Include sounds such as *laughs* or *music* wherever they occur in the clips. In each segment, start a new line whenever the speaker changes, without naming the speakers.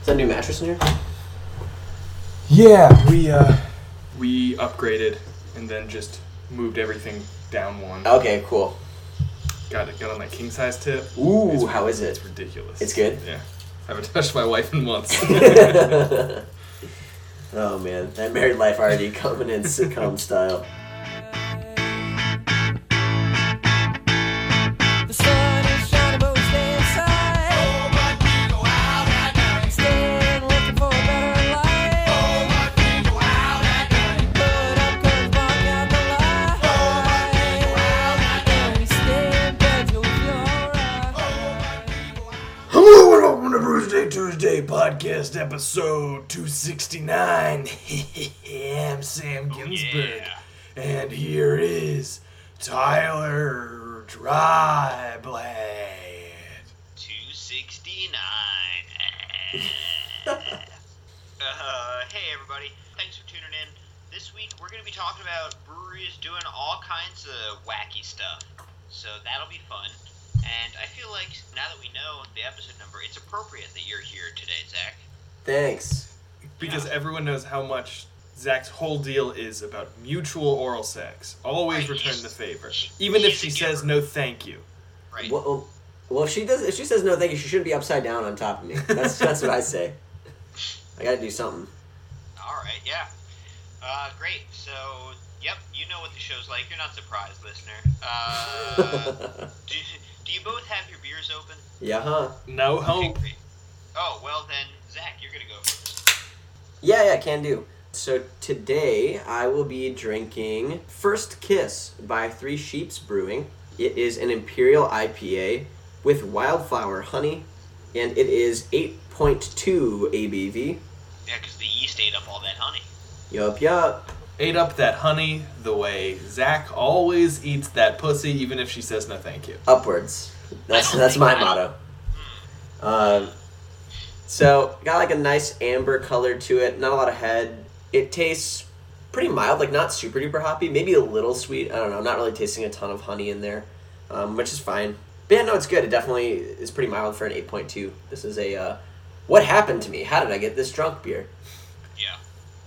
Is that a new mattress in here?
Yeah, we uh,
We upgraded and then just moved everything down one.
Okay, cool.
Got it. Got on my king size tip.
Ooh,
It's-
how is it?
It's ridiculous.
It's good?
Yeah. I haven't *laughs* touched my wife in months.
oh man, that married life already *laughs* coming in sitcom style.
The sun is shining, but we stay inside. Oh, but we go out at night. Staying, looking for a better life. Oh, but we go out at night. Put up curtains, block out the light. Oh, but we go out at night. We stay in bed till we feel alright.
*laughs* Hello and welcome to Bruce Day Tuesday podcast episode 269. *laughs* I'm Sam Ginsberg. And here is Tyler Dryblade.
269. *laughs* uh, hey, everybody. Thanks for tuning in. This week, we're going to be talking about breweries doing all kinds of wacky stuff. So that'll be fun. And I feel like now that we know the episode number, it's appropriate that you're here today, Zach.
Thanks.
Because everyone knows how much Zach's whole deal is about mutual oral sex. Always
Right,
return
he's-
the favor.
he-
Even if
he's
she
a
says
giver.
no thank you.
Right?
Well, oh, well, if she does, if she says no, thank you, she should be upside down on top of me. That's that's what I say. I gotta do something. *laughs*
All right, yeah. Uh, great. So, yep, you know what the show's like. You're not surprised, listener. Uh,
*laughs*
do, do you both have your beers open?
yeah, huh?
No hope.
Great. Oh, well then, Zach, you're gonna go first.
Yeah, yeah, can do. So today I will be drinking First Kiss by Three Sheeps Brewing. It is an imperial IPA with wildflower honey, and it is 8.2 ABV.
Yeah, 'cause the yeast ate up all that honey.
Yup, yup.
Ate up that honey the way Zach always eats that pussy, even if she says no thank you.
upwards. That's
don't
that's
think
my
I-
motto. Um, so got like a nice amber color to it. Not a lot of head. It tastes pretty mild, like not super duper hoppy. Maybe a little sweet. I don't know. I'm not really tasting a ton of honey in there, um, which is fine. But yeah, no, it's good. It definitely is pretty mild for an 8.2. This is a uh, what happened to me? How did I get this drunk beer? *laughs*
Yeah.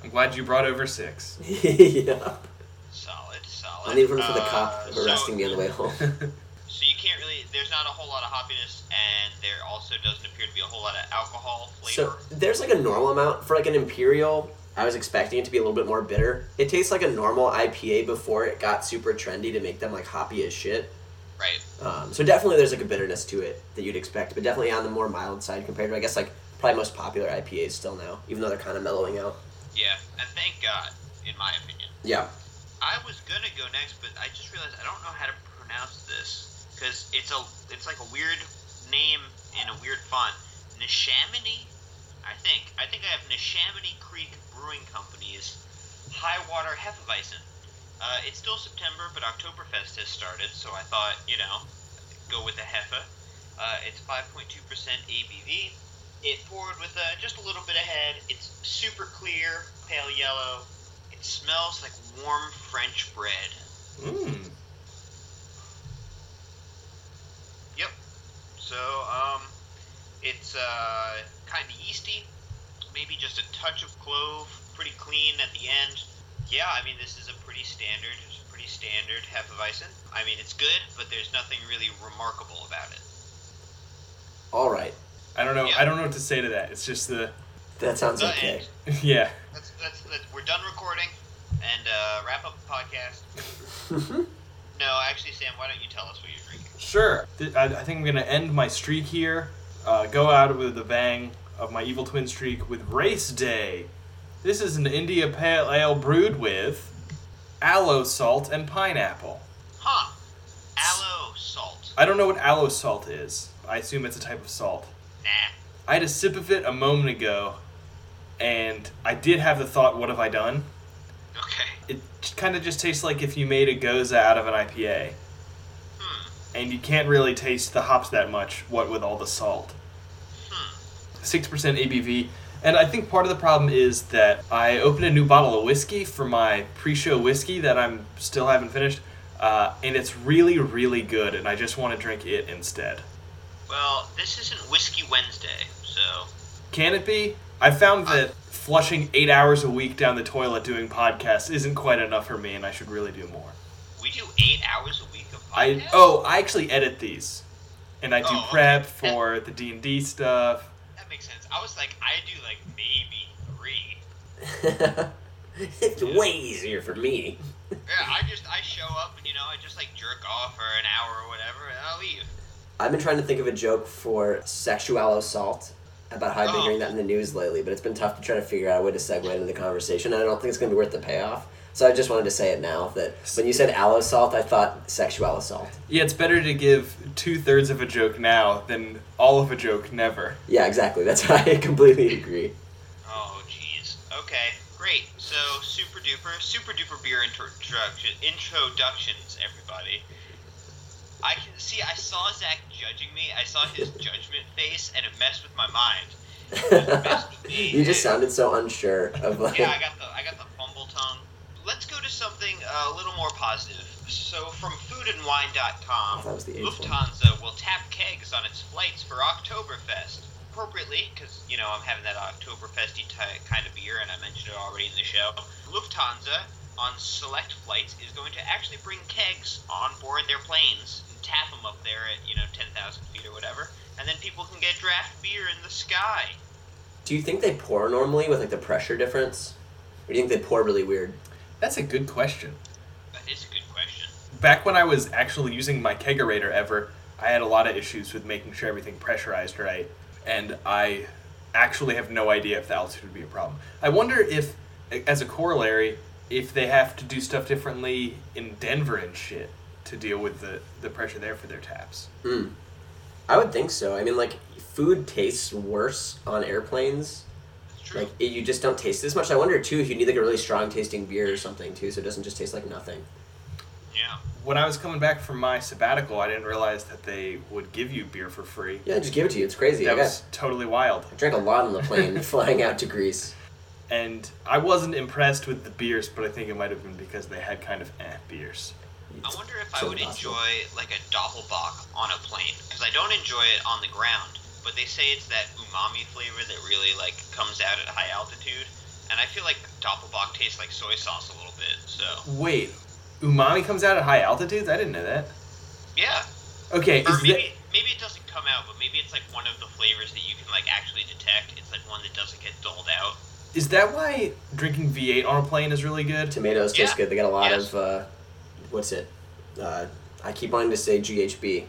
I'm glad you brought over six.
yeah.
Solid, solid.
I'll leave room for the
Uh,
cop
so-
arresting me on the way home.
So you can't really. There's not a whole lot of hoppiness, and there also doesn't appear to be a whole lot of alcohol
So
flavor.
there's like a normal amount for like an imperial. I was expecting it to be a little bit more bitter. It tastes like a normal IPA before it got super trendy to make them like hoppy as shit.
right.
Um, so definitely there's like a bitterness to it that you'd expect, but definitely on the more mild side compared to I guess like probably most popular IPAs still now, even though they're kind of mellowing out.
Yeah. And thank God, in my opinion.
Yeah.
I was gonna go next, but I just realized I don't know how to pronounce this because it's a it's like a weird name in a weird font. Neshaminy, I think. I think I have Neshaminy Creek Brewing Company's High Water Hefeweizen. Uh, it's still September, but Oktoberfest has started, so I thought you know go with a Hefe. Uh, it's 5.2% ABV. It poured with uh, just a little bit of head. It's super clear, pale yellow. It smells like warm French bread.
Mmm.
Yep. So, um, it's uh, kind of yeasty. Maybe just a touch of clove. Pretty clean at the end. Yeah, I mean, this is a pretty standard, it's a pretty standard Hefeweizen. I mean, it's good, but there's nothing really remarkable about it.
All right.
I don't know.
Yeah.
I don't know what to say to that. It's just the *laughs*
That sounds
The
okay.
end.
yeah.
That's, that's, that's, we're done recording and uh, wrap up the podcast. No, actually, Sam, why don't you tell us what you're drinking?
Sure. Th- I, I think I'm gonna end my streak here. Uh, go out with a bang of my evil twin streak with Race Day. This is an India Pale Ale brewed with aloe salt and pineapple.
Huh. Aloe salt.
I don't know what aloe salt is. I assume it's a type of salt.
Nah.
I had a sip of it a moment ago, and I did have the thought, "What have I done?"
Okay.
It kind of just tastes like if you made a goza out of an IPA.
Hmm.
and you can't really taste the hops that much. What with all the salt, six percent ABV, and I think part of the problem is that I opened a new bottle of whiskey for my pre-show whiskey that I'm still haven't finished, uh, and it's really, really good, and I just want to drink it instead.
Well, this isn't Whiskey Wednesday, so
Can it be? I found that flushing eight hours a week down the toilet doing podcasts isn't quite enough for me, and I should really do more.
We do eight hours a week of
I
podcasts?
oh, I actually edit these, and I do
Oh, okay.
prep for the D and D stuff.
That makes sense. I was like, I do like maybe three.
*laughs* it's way easier for me.
Yeah, I just I show up and you know I just like jerk off for an hour or whatever and I leave.
I've been trying to think of a joke for sexual assault about how I've been
Oh.
hearing that in the news lately, but it's been tough to try to figure out a way to segue into the conversation. And I don't think it's going to be worth the payoff. So I just wanted to say it now that when you said aloe salt, I thought sexual assault.
Yeah, it's better to give two thirds of a joke now than all of a joke never.
Yeah, exactly. That's how I completely agree.
Oh jeez. Okay, great. So super duper, super duper beer introduction introductions, everybody. I can see. I saw Zach judging me. I saw his judgment face, and it messed with my mind.
*laughs* you just sounded so unsure of like.
Yeah, I got the I got the fumble tongue. Let's go to something uh, a little more positive. So from foodandwine.com,
I thought it Oh, was the H one.
Lufthansa will tap kegs on its flights for Oktoberfest. Appropriately, because, you know, I'm having that Oktoberfesty ty kind of beer, and I mentioned it already in the show. Lufthansa, on select flights, is going to actually bring kegs on board their planes and tap them up there at, you know, 10,000 feet or whatever, and then people can get draft beer in the sky.
Do you think they pour normally with like the pressure difference? Or do you think they pour really weird?
That's a good question.
That is a good question.
Back when I was actually using my kegerator ever, I had a lot of issues with making sure everything pressurized right, and I actually have no idea if the altitude would be a problem. I wonder if, as a corollary, if they have to do stuff differently in Denver and shit to deal with the, the pressure there for their taps.
Mm. I would think so. I mean, like food tastes worse on airplanes.
It's true.
Like it- you just don't taste it as much. I wonder too if you need like a really strong tasting beer or something too, so it doesn't just taste like nothing.
yeah.
When I was coming back from my sabbatical, I didn't realize that they would give you beer for free.
Yeah, just give it to you. It's crazy. I,
That
got-
was totally wild.
I drank a lot on the plane *laughs* flying out to Greece.
And I wasn't impressed with the beers, but I think it might have been because they had kind of eh beers.
I wonder if I
So
would
possible.
enjoy like a doppelbock on a plane because I don't enjoy it on the ground. But they say it's that umami flavor that really like comes out at high altitude, and I feel like doppelbock tastes like soy sauce a little bit. So
Wait, umami comes out at high altitudes? I didn't know that.
yeah,
Okay,
or
is that,
maybe maybe it doesn't come out, but maybe it's like one of the flavors that you can like actually detect. It's like one that doesn't get dulled out.
is that why drinking V8 on a plane is really good?
Tomatoes taste
Yeah.
good. They got a lot
Yes.
of uh, what's it? Uh, I keep wanting to say GHB,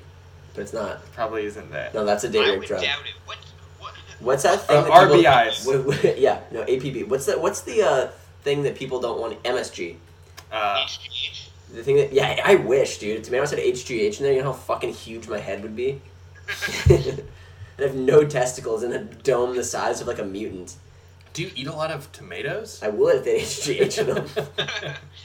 but it's not.
Probably isn't that.
No, that's a
I
day
would
rate drug.
doubt it. What what?
What's that thing?
Uh,
that people-
RBIs.
What- what- *laughs* yeah, no APB. What's that? What's the uh, thing that people don't want? MSG.
Uh,
HGH?
The thing that yeah, I I wish, dude. If Tomato said HGH in there, you know how fucking huge my head would be. and have no testicles and a dome the size of like a mutant.
do you eat a lot of tomatoes?
I would if they had HGH in them.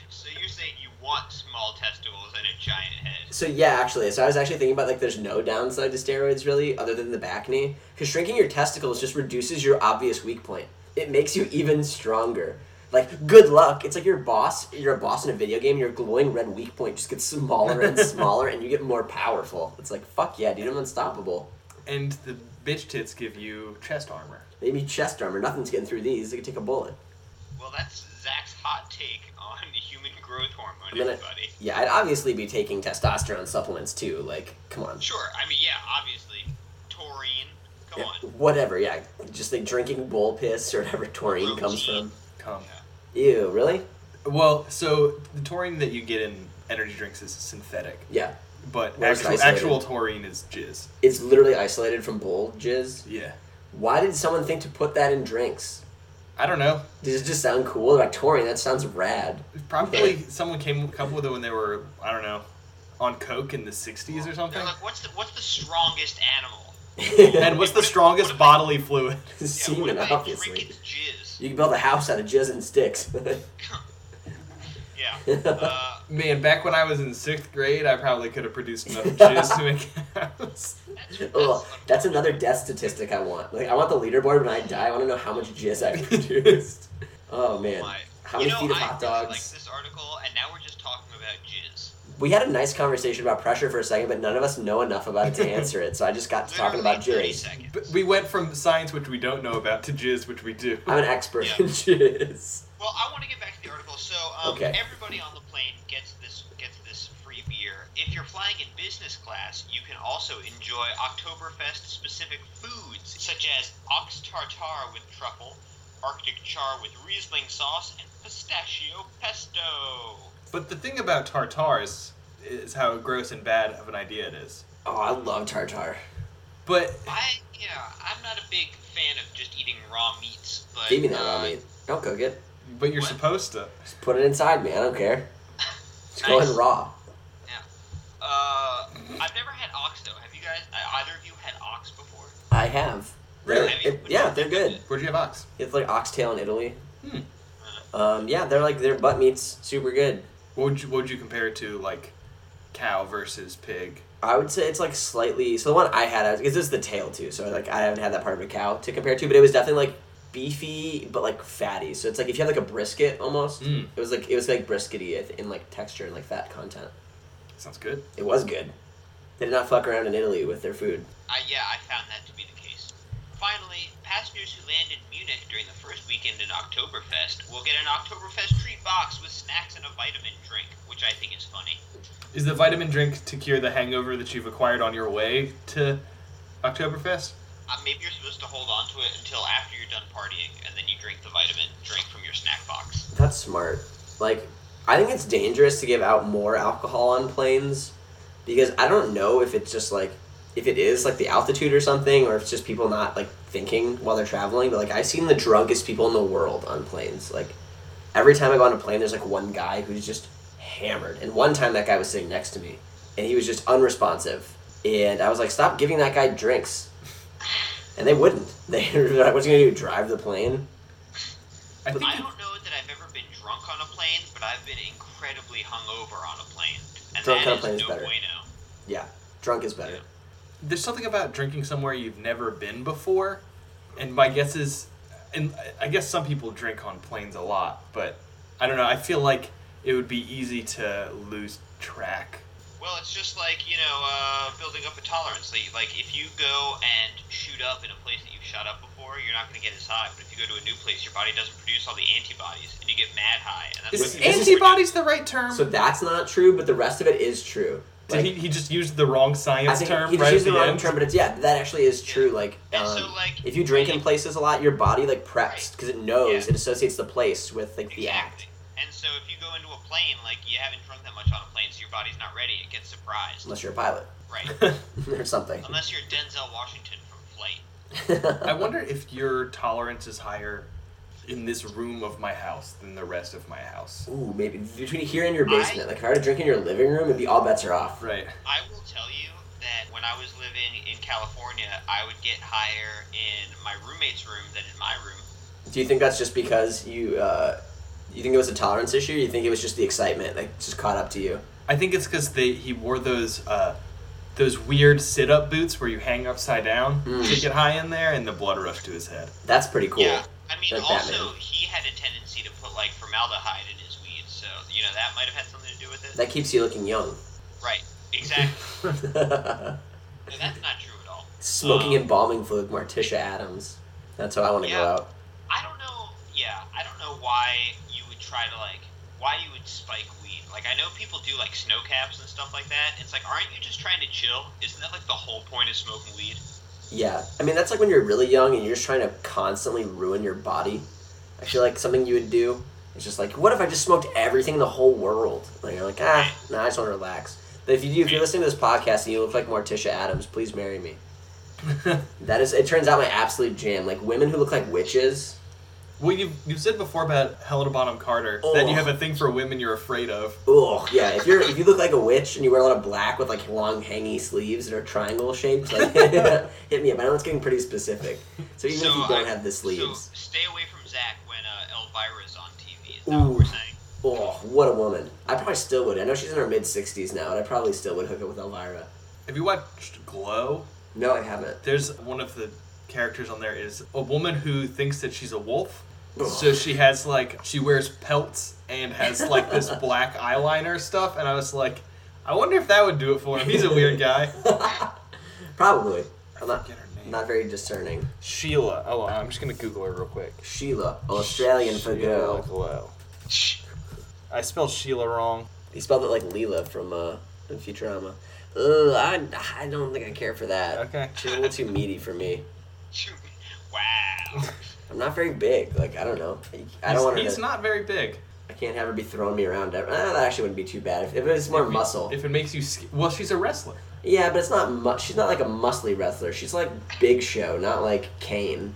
so you're saying you want small testicles and a giant head?
So yeah, actually, so I was actually thinking about like there's no downside to steroids really, other than the back knee, because shrinking your testicles just reduces your obvious weak point. It makes you even stronger. Like good luck. It's like your boss. You're a boss in a video game. Your glowing red weak point just gets smaller and smaller, and you get more powerful. It's like fuck yeah, dude, I'm unstoppable.
and the bitch tits give you chest armor.
Maybe chest armor. Nothing's getting through these. They could take a bullet.
Well, that's Zach's hot take on *laughs* human growth hormone,
I'm gonna-
everybody.
Yeah, I'd obviously be taking testosterone supplements too. Like, come on.
Sure, I mean, yeah, obviously. Taurine, come
Yeah,
on.
whatever. Yeah, just like drinking bull piss or whatever taurine comes from.
Come.
Ew, really?
Well, so the taurine that you get in energy drinks is synthetic,
Yeah,
but
Well, it's
actual,
isolated.
actual taurine is jizz.
it's literally isolated from bull jizz.
Yeah.
Why did someone think to put that in drinks?
I don't know.
Does it just sound cool? Like taurine, that sounds rad.
Probably someone came up with it when they were, I don't know, on coke in the 60s or something.
They're like, what's the, what's the strongest animal?
*laughs*
And what's the strongest bodily fluid?
Yeah, what
Semen,
if they drink
obviously.
its jizz?
You can build a house out of jizz and
*laughs*
sticks. *laughs*
Yeah. Uh,
Man, back when I was in sixth grade, I probably could have produced *laughs* enough jizz to make a house.
Ugh, Oh, that's another death statistic I want. Like, I want the leaderboard when I die. I want to know how much jizz I
*laughs*
produced. Oh man,
my.
how
you
many
know,
feet of
I
hot
really
dogs?
like this article, and now we're just talking about jizz.
we had a nice conversation about pressure for a second, but none of us know enough about
*laughs*
it to answer it. So I just got to talking
Literally
about
30
jizz.
seconds.
*laughs* But we went from science, which we don't know about, to jizz, which we do.
I'm an expert in
Yeah.
jizz.
Well, I want to get back to the article. So, um,
Okay.
everybody on the plane gets this gets this free beer. If you're flying in business class, you can also enjoy Oktoberfest specific foods such as ox tartare with truffle, Arctic char with Riesling sauce, and pistachio pesto.
*laughs* But the thing about tartar is, is how gross and bad of an idea it is.
Oh, I love tartar.
But
I yeah, I'm not a big fan of just eating raw meats, but
Give me that
uh,
raw meat. Don't cook it.
but you're
What?
supposed to.
Just put it inside me. I don't care.
*laughs*
Just go
Nice.
in raw.
Uh, I've never had ox though. Have you guys? uh, Either of you had ox before?
I have. They're-
Really?
it- yeah, they're good.
Where'd you have ox?
It's like oxtail in Italy.
Hmm.
Um, yeah, they're like their butt meats, super good.
What would you What would you compare it to like cow versus pig?
I would say it's like slightly. So the one I had, because this is the tail too. So like I haven't had that part of a cow to compare to, but it was definitely like beefy but like fatty. So it's like if you had like a brisket almost.
Mm.
It was like it was like briskety I th- in like texture and like fat content.
Sounds good.
It was good. They did not fuck around in Italy with their food.
I, yeah, I found that to be the case. Finally, passengers who land in Munich during the first weekend in Oktoberfest will get an Oktoberfest treat box with snacks and a vitamin drink, which I think is funny.
Is the vitamin drink to cure the hangover that you've acquired on your way to Oktoberfest?
Uh, maybe you're supposed to hold on to it until after you're done partying, and then you drink the vitamin drink from your snack box.
*laughs* That's smart. Like, I think it's dangerous to give out more alcohol on planes because I don't know if it's just like if it is like the altitude or something, or if it's just people not like thinking while they're traveling. But like I've seen the drunkest people in the world on planes. Like every time I go on a plane, there's like one guy who's just hammered. And one time that guy was sitting next to me, and he was just unresponsive. And I was like, stop giving that guy drinks. And they wouldn't. *laughs* They were like, what's he gonna do? Drive the plane?
I think
I don't know that I've ever been drunk on a plane, but I've been incredibly hungover on a plane, and
Drunk
that
on a
is
plane is
no
better.
bueno.
Yeah, drunk is better.
there's something about drinking somewhere you've never been before, and my guess is, and I- I guess some people drink on planes a lot, but I don't know. I feel like it would be easy to lose track.
Well, it's just like you know, uh, building up a tolerance. Like, like if you go and shoot up in a place that you've shot up before, you're not going to get as high. But if you go to a new place, your body doesn't produce all the antibodies, and you get mad high. And that's
Is
what
this is-
antibodies the right term?
So that's not true, but the rest of it is true.
Did
Like,
he, he just used the wrong
I
science
think
term
he just
right at
used
the,
the wrong
end?
term, but it's yeah, that actually is true. Like,
And
um,
so, like,
if you drink in
like-
places a lot, your body like preps because it knows
Yeah.
it associates the place with like the act.
exactly. And so if you go into a plane, like you haven't drunk that much on a plane, so your body's not ready. It gets surprised,
Unless you're a pilot *laughs*
right?
*laughs*
or something. *laughs*
Unless you're Denzel Washington from Flight.
I wonder if your tolerance is higher in this room of my house than the rest of my house.
Ooh, maybe between here and your basement. like, if I were to drink in your living room, it'd be all bets are off.
Right.
I will tell you that when I was living in California, I would get higher in my roommate's room than in my room.
Do you think that's just because you? Uh, you think it was a tolerance issue? Or you think it was just the excitement, like just caught up to you?
I think it's because they he wore those uh, those weird sit up boots where you hang upside down to get high in there, and the blood rushed to his head.
That's pretty cool.
Yeah, I mean,
Like
also
Batman.
he had a tendency to put like formaldehyde in his weed, so you know that might have had something to do with it.
That keeps you looking young.
right, exactly. *laughs*
*laughs*
*laughs*
No, that's not true at all.
Smoking
Um,
and bombing fluke, Marticia Adams. That's how I want to go
Yeah.
out.
I don't know. Yeah, I don't know why you would try to like why you would spike weed. Like I know people do like snow caps and stuff like that. It's like, aren't you just trying to chill? Isn't that like the whole point of smoking weed?
Yeah, I mean that's like when you're really young and you're just trying to constantly ruin your body. I feel like something you would do is just like, what if I just smoked everything in the whole world? Like you're like, ah, no, I just want to relax. But if you do, if you're listening to this podcast and you look like Marticia Adams, please marry me. that is, it turns out my absolute jam. Like women who look like witches.
Well, you've, you've said before about Helena Bonham Carter that you
Ugh.
have a thing for women you're afraid of.
Ugh, yeah. If you're if you look like a witch and you wear a lot of black with like long hangy sleeves that are triangle shaped, like *laughs* hit me up. I know it's getting pretty specific. So even if you don't
I-
have the sleeves,
So stay away from Zach when uh, Elvira's on TV. Is that
Ooh.
what we're saying? *laughs*
oh, what a woman! I probably still would. I know she's in her mid sixties now, and I probably still would hook up with Elvira.
Have you watched Glow?
No, I haven't.
There's one of the characters on there is a woman who thinks that she's a wolf.
Ugh.
So
*laughs*
she has like she wears pelts and has like this black eyeliner stuff, and I was like, I wonder if that would do it for him. He's a weird guy.
*laughs* Probably. I'm not,
Forget her name.
not very discerning.
Sheila. Oh, I'm just gonna Google her real quick.
Sheila, Australian for
Sheila
girl.
Glow. I spelled Sheila wrong.
He spelled it like Leela from uh, from Futurama. Ugh, I, I don't think I care for that.
Okay.
She's a little too meaty for me.
wow.
*laughs* I'm not very big. Like, I don't know. I
He's-
don't want her
He's
to.
not very big.
I can't have her be throwing me around. ever. Ah, that actually wouldn't be too bad. If, if it was more
If it-
muscle.
If it makes you, sk- well, she's a wrestler.
yeah, but it's not mu- She's not like a muscly wrestler. She's like Big Show, not like Kane.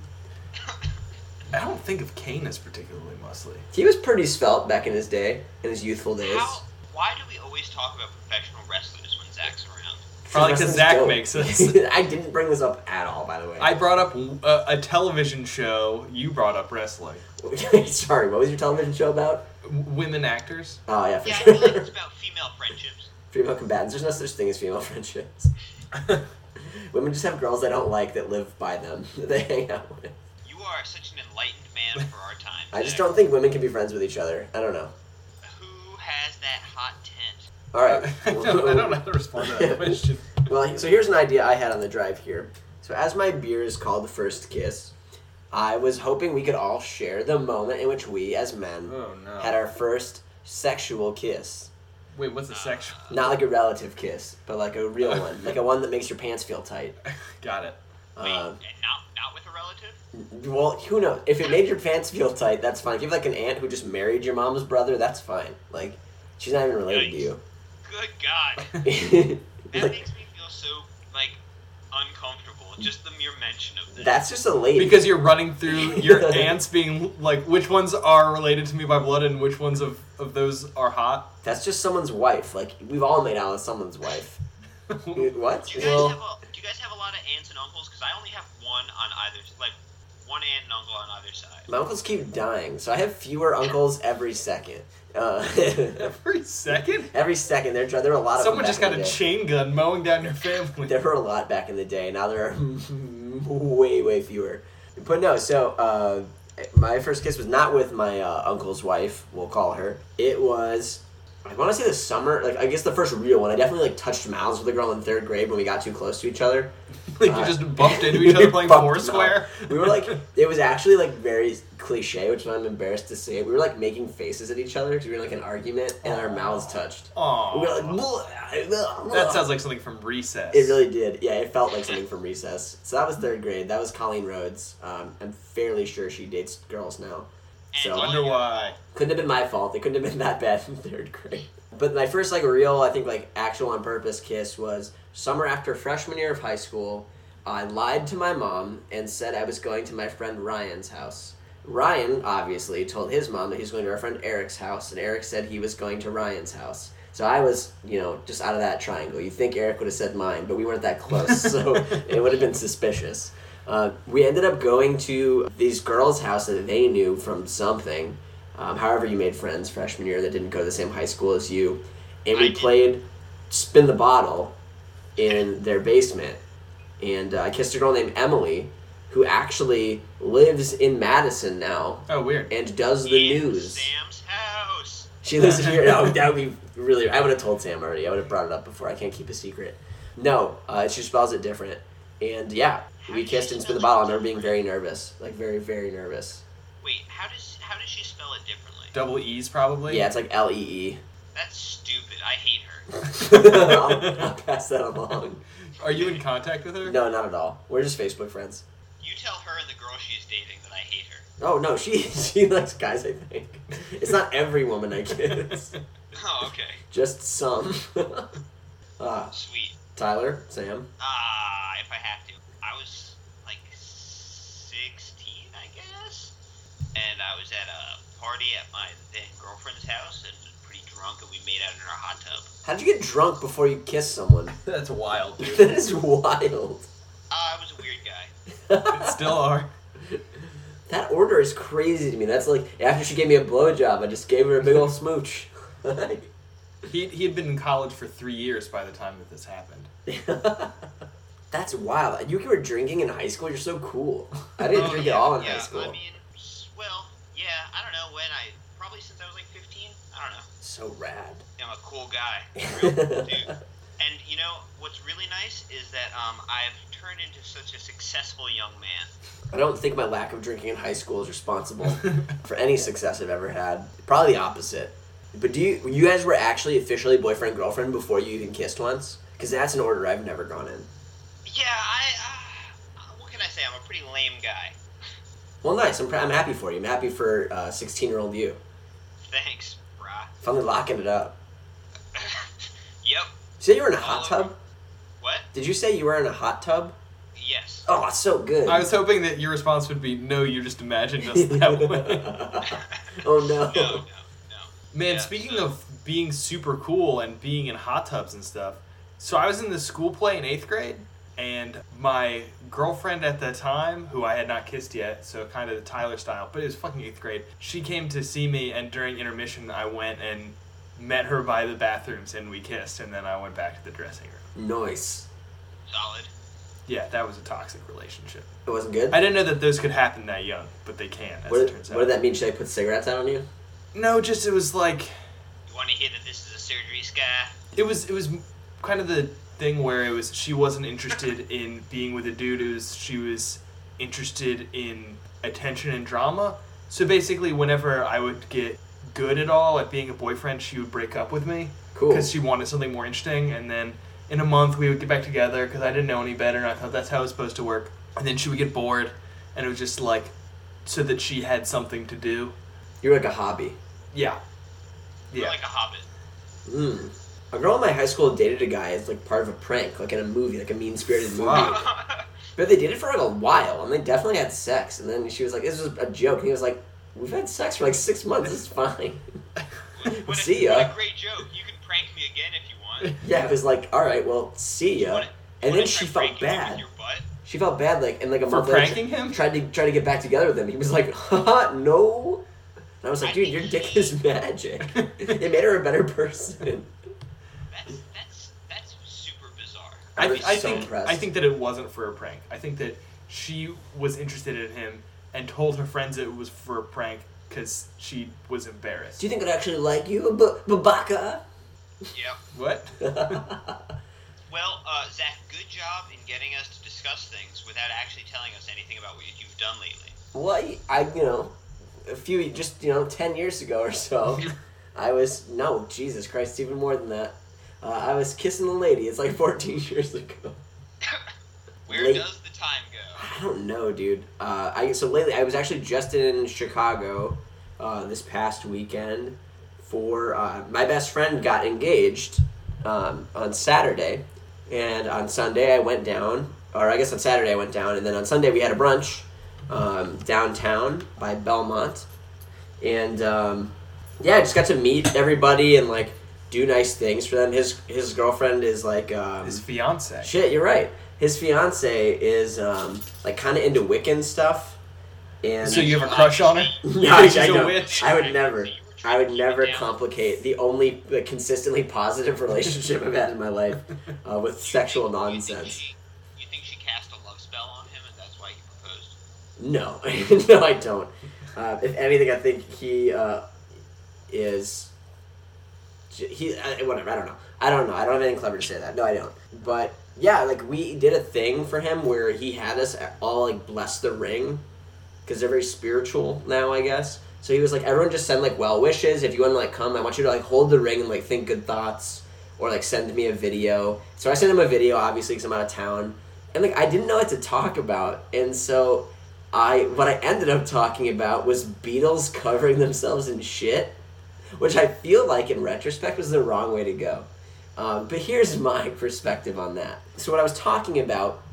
I don't think of Kane as particularly muscly.
He was pretty svelte back in his day, in his youthful days.
How? Why do we always talk about professional wrestlers when Zach's around?
Probably
wrestling's
because Zach
dope.
makes us.
*laughs* I didn't bring this up at all, by the way.
I brought up a, a television show. You brought up wrestling.
*laughs* Sorry, what was your television show about?
W- women actors. *laughs*
Oh yeah, for
Yeah, I feel like
sure.
it's about female friendships.
*laughs* female combatants. There's no such thing as female *laughs*
*laughs*
friendships. Women just have girls they don't like that live by them *laughs* that they hang out with.
You are such an enlightened
*laughs*
man for our time.
I just
Zach.
don't think women can be friends with each other. I don't know.
Who has that hot tent?
All right.
*laughs* I don't, I don't know how to respond to *laughs* that question.
Well, so here's an idea I had on the drive here. So as my beer is called the first kiss, I was hoping we could all share the moment in which we, as men,
Oh no.
had our first sexual kiss.
Wait, what's a sexual?
Not like a relative kiss, but like a
*laughs*
real one, like a one that makes your pants feel tight.
Got it.
Wait,
Uh,
and not not with a relative?
well, who knows? If it made your pants feel tight, that's fine. If you have like an aunt who just married your mom's brother, that's fine. Like, she's not even related
Good God,
*laughs* to you.
that
Like,
makes me feel so like uncomfortable. Just the mere mention of this.
that's just a lady.
Because you're running
*laughs*
through your aunts being like, which ones are related to me by blood and which ones of, of those are hot? *laughs*
that's just someone's wife. Like, we've all made out with someone's wife. what?
do you guys have a Do you guys have a lot of aunts and uncles? Because I only have one on either like one aunt and uncle on either side.
My uncles keep dying, so I have fewer uncles every second. Uh, *laughs*
Every second?
every second, there, there were a lot of. them
Someone
back
just
in
got
the
a
day.
chain gun mowing down your family.
There were a lot back in the day. Now there are *laughs* way, way fewer. But no, so uh, my first kiss was not with my uh, uncle's wife. We'll call her. It was. I want to say the summer, like I guess the first real one. I definitely like touched mouths with a girl in third grade when we got too close to each other.
*laughs* like you
Uh,
just bumped into
*laughs*
each other playing
bumped them
Foursquare.
out. We were like, it was actually like very cliche, which I'm embarrassed to say. We were like making faces at each other because we were in, like an argument and our mouths touched. We were like,
*laughs* Aw. That sounds like something from Recess.
It really did. Yeah, it felt like something from Recess. So that was third grade. That was Colleen Rhodes. Um, I'm fairly sure she dates girls now. So
Angela.
Wonder why.
couldn't have been my fault. It couldn't have been that bad in third grade. But my first like real, I think like actual on purpose kiss was summer after freshman year of high school. I lied to my mom and said I was going to my friend Ryan's house. Ryan obviously told his mom that he was going to our friend Eric's house, and Eric said he was going to Ryan's house. So I was, you know, just out of that triangle. You think Eric would have said mine, but we weren't that close, so it would have been suspicious. Uh, we ended up going to these girls' house that they knew from something. Um, however, you made friends freshman year that didn't go to the same high school as you, and
I
we
did.
played spin the bottle in their basement. And uh, I kissed a girl named Emily, who actually lives in Madison now
Oh, weird.
and does the
In
news.
Sam's house.
She lives here. No, that would be really. I would have told Sam already. I would have brought it up before. I can't keep a secret. No, uh, she spells it different. And yeah, we kissed and spit the bottle. I remember being very nervous, like very, very nervous.
Wait, how does how does she spell it differently?
Double E's probably.
Yeah,
*laughs*
*laughs* it's like L E E.
That's stupid. I hate her.
I'll I'll pass that along.
Are you in contact with her?
No, not at all. We're just Facebook friends.
You tell her and the girl she's dating that I hate her.
Oh no, she *laughs* she likes guys. I think it's not every woman I kiss,
Oh, okay.
just some. *laughs* Ah,
Sweet.
Tyler, Sam.
Ah, if I have to. I was like 16, I guess. And I was at a party at my then girlfriend's house and was pretty drunk and we made out in our hot tub.
How'd you get drunk before you kiss someone? *laughs*
That's wild, dude.
that is wild.
Ah, I was a weird guy.
Still are.
*laughs* That order is crazy to me. That's like after she gave me a blowjob, I just gave her a big old smooch. *laughs*
He, he had been in college for three years by the time that this happened.
That's wild. You were drinking in high school. You're so cool. I didn't
Oh,
drink
yeah,
at all in
yeah,
high school.
I mean, s- well, yeah, I don't know when I. probably since I was like 15. I don't know.
So rad.
I'm a cool guy.
*laughs*
Real cool dude. And you know what's really nice is that um, I've turned into such a successful young man.
I don't think my lack of drinking in high school is responsible for any success I've ever had. Probably the opposite. But do you you guys were actually officially boyfriend girlfriend before you even kissed once? Because that's an order I've never gone in.
Yeah, I. Uh, what can I say? I'm a pretty lame guy.
Well, nice. I'm, pr- I'm happy for you. I'm happy for 16 year old you.
Thanks, *laughs* brah.
Finally locking it up.
yep.
So you were in a hot
All
tub?
over. What?
Did you say you were in a hot tub?
Yes.
Oh, it's so good. *laughs*
I was hoping that your response would be, "No, you just imagined us that way."
*laughs* oh no.
No, no, no.
Man,
Yeah,
speaking
so-
of being super cool and being in hot tubs and stuff, so I was in this school play in eighth grade, and my girlfriend at the time, who I had not kissed yet, so kind of the Tyler style, but it was fucking eighth grade, she came to see me, and during intermission, I went and met her by the bathrooms, and we kissed, and then I went back to the dressing room.
Nice.
Solid.
Yeah, that was a toxic relationship.
It wasn't good.
I didn't know that those could happen that young, but they can, as
what,
it
did,
turns out.
what did that mean? Should I put cigarettes out on you?
No, just it was like
You want to hear that this is a surgery scar?
it was it was kind of the thing where it was she wasn't interested in being with a dude it was she was interested in attention and drama so basically whenever i would get good at all at being a boyfriend she would break up with me
Cool.
because she wanted something more interesting and then in a month we would get back together because i didn't know any better and i thought that's how it was supposed to work and then she would get bored and it was just like so that she had something to do
You were like a hobby.
yeah
We're
yeah
Like a hobbit.
Mm. A girl in my high school dated a guy as like part of a prank, like in a movie, like a mean spirited movie.
Fuck.
But they did it for like a while, and they definitely had sex. And then she was like, "This was a joke," and he was like, "We've had sex for like six months. It's fine."
what a,
See ya.
What a great joke. You can prank me again if you
*laughs*
want.
yeah, it was like, "All right, well, see ya."
Wanna-
And
wanna
then she
try
felt
pranking me with
bad.
your butt?
She felt bad, like, and like a
For
month later,
pranking him?
tried to tried to get back together with him. He was like, *laughs* "Haha, no." And I was like,
I
"Dude,
think
your dick
he-
is *laughs* magic. it made her a better person."
That's that's that's super bizarre.
I,
was
I
so
think
impressed.
I think that it wasn't for a prank. I think that she was interested in him and told her friends it was for a prank because she was embarrassed.
Do you think I'd actually like you, B- Babaka? *laughs*
Yep.
what?
Well, uh, Zach, good job in getting us to discuss things without actually telling us anything about what you've done lately.
Well, I you know, a few just you know ten years ago or
*laughs*
so, I was no Jesus Christ, even more than that. Uh, I was kissing a lady. It's like fourteen *laughs* years ago.
Where
Late.
does the time go?
I don't know, dude. Uh, I so lately I was actually just in Chicago uh, this past weekend for uh, my best friend got engaged um, on Saturday, and on Sunday I went down, or I guess on Saturday I went down, and then on Sunday we had a brunch um, downtown by Belmont, and um, yeah, I just got to meet everybody and like do nice things for them. His his girlfriend is like um,
His fiance.
Shit, you're right. His fiance is um, like kind of into Wiccan stuff, and
So you have a crush on her?
*laughs* no, I,
She's
I
a
don't.
witch.
I would never. I would never complicate the only like, consistently positive *laughs* relationship I've had in my life uh, with sexual
You think
nonsense.
she- You think she cast a love spell on him and that's why he proposed?
No, *laughs* no, I don't. Uh, if anything, I think he uh, is. j- He I, whatever. I don't know. I don't know. I don't have anything clever to say that. No, I don't. But yeah, like we did a thing for him where he had us all like bless the ring because they're very spiritual now, I guess. So he was like, everyone just send like well wishes. If you want to like come, I want you to like hold the ring and like think good thoughts or like send me a video. So I sent him a video, obviously, because I'm out of town. And like, I didn't know what to talk about. And so I, what I ended up talking about was Beatles covering themselves in shit, which I feel like in retrospect was the wrong way to go. Um, but here's my perspective on that. So what I was talking about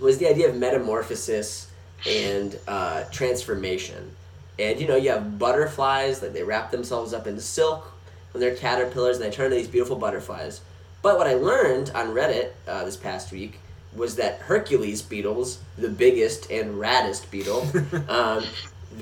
was the idea of metamorphosis and uh, transformation. And you know, you have butterflies that they wrap themselves up in silk when they're caterpillars and they turn into these beautiful butterflies. But what I learned on Reddit uh, this past week was that Hercules beetles, the biggest and raddest beetle, um,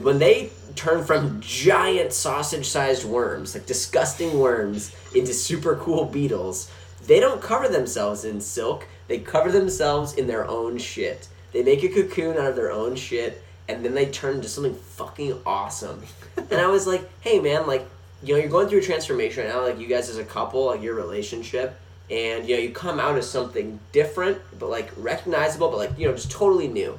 when they turn from giant sausage sized worms, like disgusting worms, into super cool beetles, they don't cover themselves in silk. They cover themselves in their own shit. They make a cocoon out of their own shit and then they turned into something fucking awesome. and I was like, hey man, like, you know, you're going through a transformation right now, like you guys as a couple, like your relationship, and you know, you come out as something different, but like recognizable, but like, you know, just totally new.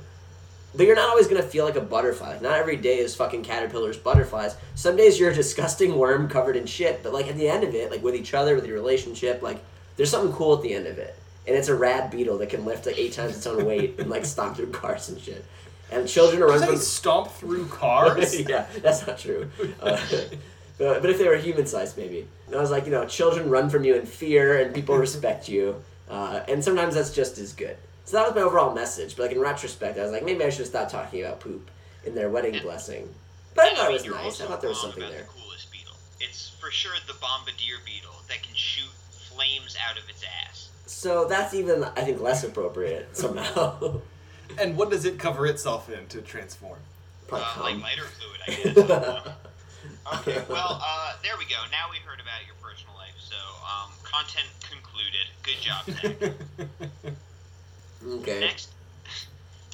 But you're not always gonna feel like a butterfly. Like, not every day is fucking caterpillars, butterflies. Some days you're a disgusting worm covered in shit. But like at the end of it, like with each other, with your relationship, like there's something cool at the end of it. And it's a rad beetle that can lift like eight times its own weight and like *laughs* stomp through cars and shit. And children are
Does
running
that
from
stomp through
*laughs*
cars?
yeah, that's not true. Uh, *laughs* but, but if they were human sized, maybe. And I was like, you know, children run from you in fear, and
*laughs*
people respect you, uh, and sometimes that's just as good. So that was my overall message. But like in retrospect, I was like, maybe I should stop talking about poop in their wedding blessing. But I thought it was
You're
nice.
also
I thought there was
wrong
something
about
there.
The coolest beetle. It's for sure the bombardier beetle that can shoot flames out of its ass.
So that's even, I think, less appropriate somehow. *laughs*
And what does it cover itself in to transform? *laughs*
Probably
Uh, like
cum.
lighter
*laughs*
fluid, I guess. I don't know. okay, well, uh, there we go. Now we heard about your personal life, so um, content concluded. Good job, Zach.
Okay.
*laughs* next,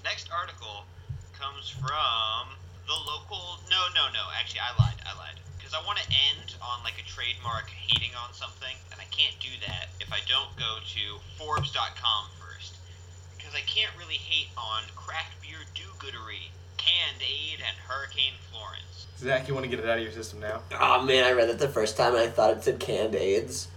next article comes from the local. No, no, no. Actually, I lied. I lied. Because I want to end on like a trademark hating on something, and I can't do that if I don't go to Forbes.com first. Because I can't really hate on craft beer do-goodery, canned aid, and Hurricane Florence.
Zach, you want to get it out of your system now?
Oh man, I read it the first time and I thought it said canned
*laughs*
AIDS.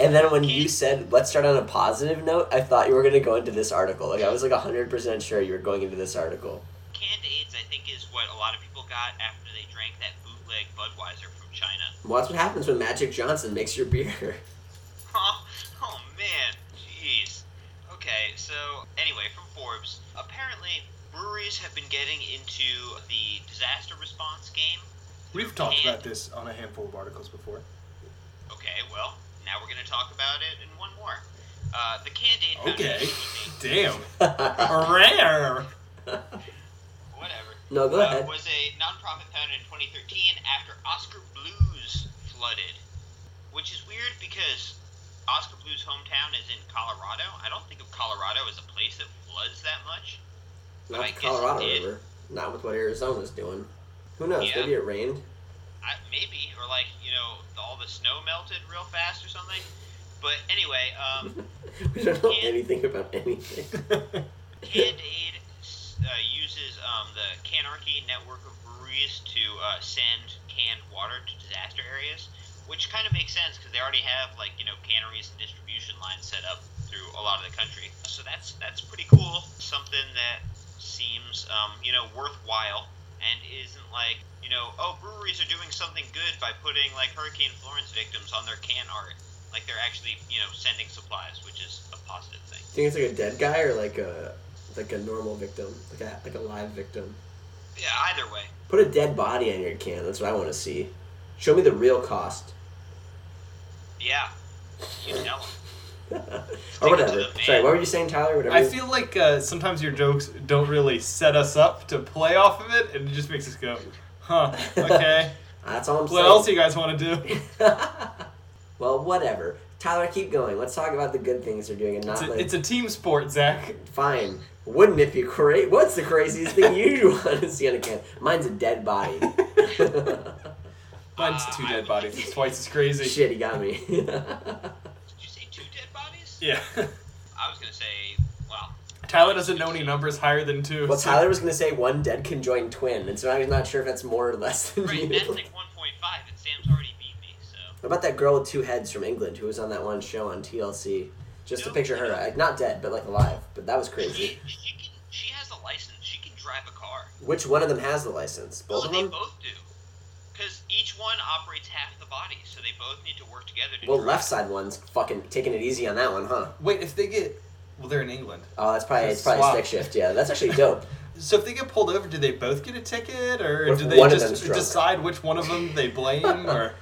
And then when you said let's start on a positive note, I thought you were gonna go into this article. Like I was like hundred percent sure you were going into this article.
Canned AIDS, I think, is what a lot of people got after they drank that bootleg Budweiser from China.
Well, that's what happens when Magic Johnson makes your beer. *laughs*
*laughs* Oh, oh man, jeez. Okay, so anyway, from Forbes, apparently breweries have been getting into the disaster response game.
We've talked about this on a handful of articles before.
Okay, well, now we're gonna talk about it in one more. Uh, the Canned Aid
Okay.
Foundation,
*laughs*
Damn. Rare.
whatever.
No, go
uh,
ahead.
Was a nonprofit founded in 2013 after Oscar Blues flooded, which is weird because Oscar Blues' hometown is in Colorado. I don't think of Colorado as a place that floods that much.
Not
I
the
guess
Colorado
it did.
River. Not with what Arizona's doing. Who knows?
Yeah.
Maybe it rained. *laughs*
I, maybe, or like you know, all the snow melted real fast or something. But anyway, um,
We don't know
Yeah.
anything about anything. *laughs*
Canned Aid uh, uses um, the Canarchy network of breweries to uh, send canned water to disaster areas, which kind of makes sense because they already have like you know canneries and distribution lines set up through a lot of the country. So that's that's pretty cool. Something that seems um, you know worthwhile and isn't like you know oh breweries are doing something good by putting like Hurricane Florence victims on their can art. Like they're actually you know sending supplies, which is a positive thing.
Think it's like a dead guy or like a like a normal victim, like a like a live victim.
Yeah, either way.
Put a dead body on your can. That's what I want to see. Show me the real cost.
Yeah. You tell
or
'em. Stick it to
whatever.
the man.
Sorry, what were you saying, Tyler? Whatever.
I
you-
feel like uh, sometimes your jokes don't really set us up to play off of it, and it just makes us go, huh, okay.
*laughs* That's all I'm
what
saying.
else you guys want to do?
*laughs* well, whatever. Tyler, keep going. Let's talk about the good things they're doing and not
It's a,
like.
it's a team sport, Zach.
Fine. Wouldn't it be great? What's the craziest thing you *laughs* want to see on a can? Mine's a dead
*laughs*
body. *laughs*
Mine's two dead bodies. It's twice as crazy.
Ah. Shit, he got me. *laughs*
Did you say two dead bodies?
Yeah. *laughs*
I was gonna say, well,
Tyler doesn't know any numbers higher than two.
well,
so-
Tyler was gonna say one dead conjoined twin, and so I'm not sure if that's more or less than
right,
you.
that's like 1.5, and Sam's already beat me, so.
What about that girl with two heads from England who was on that one show on TLC? Just to
Nope.
picture her, like, not dead, but like alive. But that was crazy.
She, she, can, she has a license. She can drive a car.
Which one of them has the license? Both
well,
of
they
them.
both do. Because each one operates half the body, so they both need to work together to
Well,
drive.
left side one's fucking taking it easy on that one, huh?
Wait, if they get. Well, they're in England.
Oh, that's probably it's
Just
probably
swap.
stick shift. Yeah, that's actually
*laughs*
dope.
So if they get pulled over, do they both get a ticket, or
What if
do they
one of them's
just
drunk?
decide which one of them
*laughs*
they blame? Or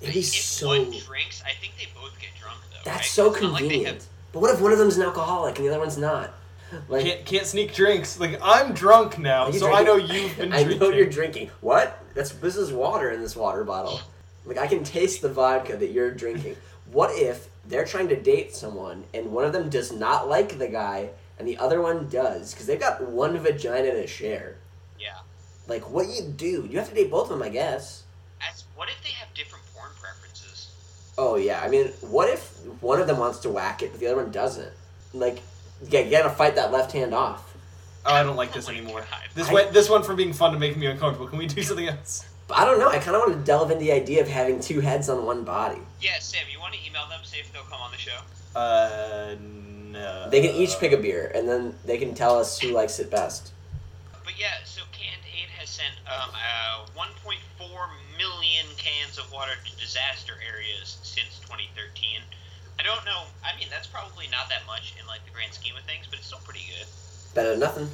It'd be
If
so.
one drinks, I think they both get drunk, though. right?
That's so
It's not like they
convenient.
have-
But what if one of them's an alcoholic and the other one's not? Like,
can't can't sneak drinks. Like I'm drunk now,
are you
so I know
drinking?
you've
*laughs*
been
I
drinking.
know you're drinking. What? That's this is water in this water bottle. Like I can taste the vodka that you're drinking. What if they're trying to date someone and one of them does not like the guy and the other one does because they've got one vagina to share?
yeah.
Like, what you do? You have to date both of them, I guess.
As what if they have different porn preferences?
Oh yeah, I mean, what if one of them wants to whack it, but the other one doesn't? Like, yeah, you gotta fight that left hand off.
Oh, I don't like this
Oh my
anymore.
God.
This
I-
went, this one from being fun to making me uncomfortable. Can we do something else?
But I don't know. I kind of want to delve into the idea of having two heads on one body.
Yeah, Sam, you want to email them, see if they'll come on the show?
Uh, no.
They can each pick a beer, and then they can tell us who likes it best.
But yeah, so Canned Aid has sent um, uh, 1.4 million cans of water to disaster areas since 2013. I don't know. I mean, that's probably not that much in like the grand scheme of things, but it's still pretty good.
Better than nothing.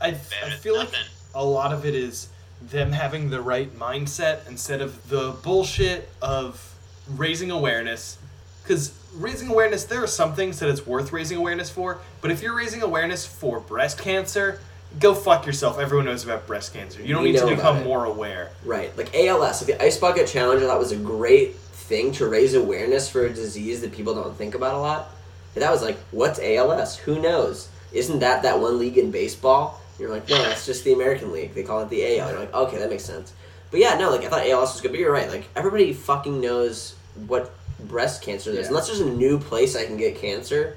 I, I
Better than
feel like
nothing.
a lot of it is them having the right mindset instead of the bullshit of raising awareness. Because raising awareness, there are some things that it's worth raising awareness for, but if you're raising awareness for breast cancer, go fuck yourself. Everyone knows about breast cancer. You don't
We
need to
know
become
about it.
more aware.
Right, like ALS, like the Ice Bucket Challenge, I thought was a great thing to raise awareness for a disease that people don't think about a lot. And that was like, what's ALS? Who knows? Isn't that that one league in baseball? And you're like, no, that's just the American League. They call it the AL. And you're like, okay, that makes sense. But yeah, no, like I thought ALS was good, but you're right. Like everybody fucking knows what breast cancer is.
Yeah.
Unless there's a new place I can get cancer,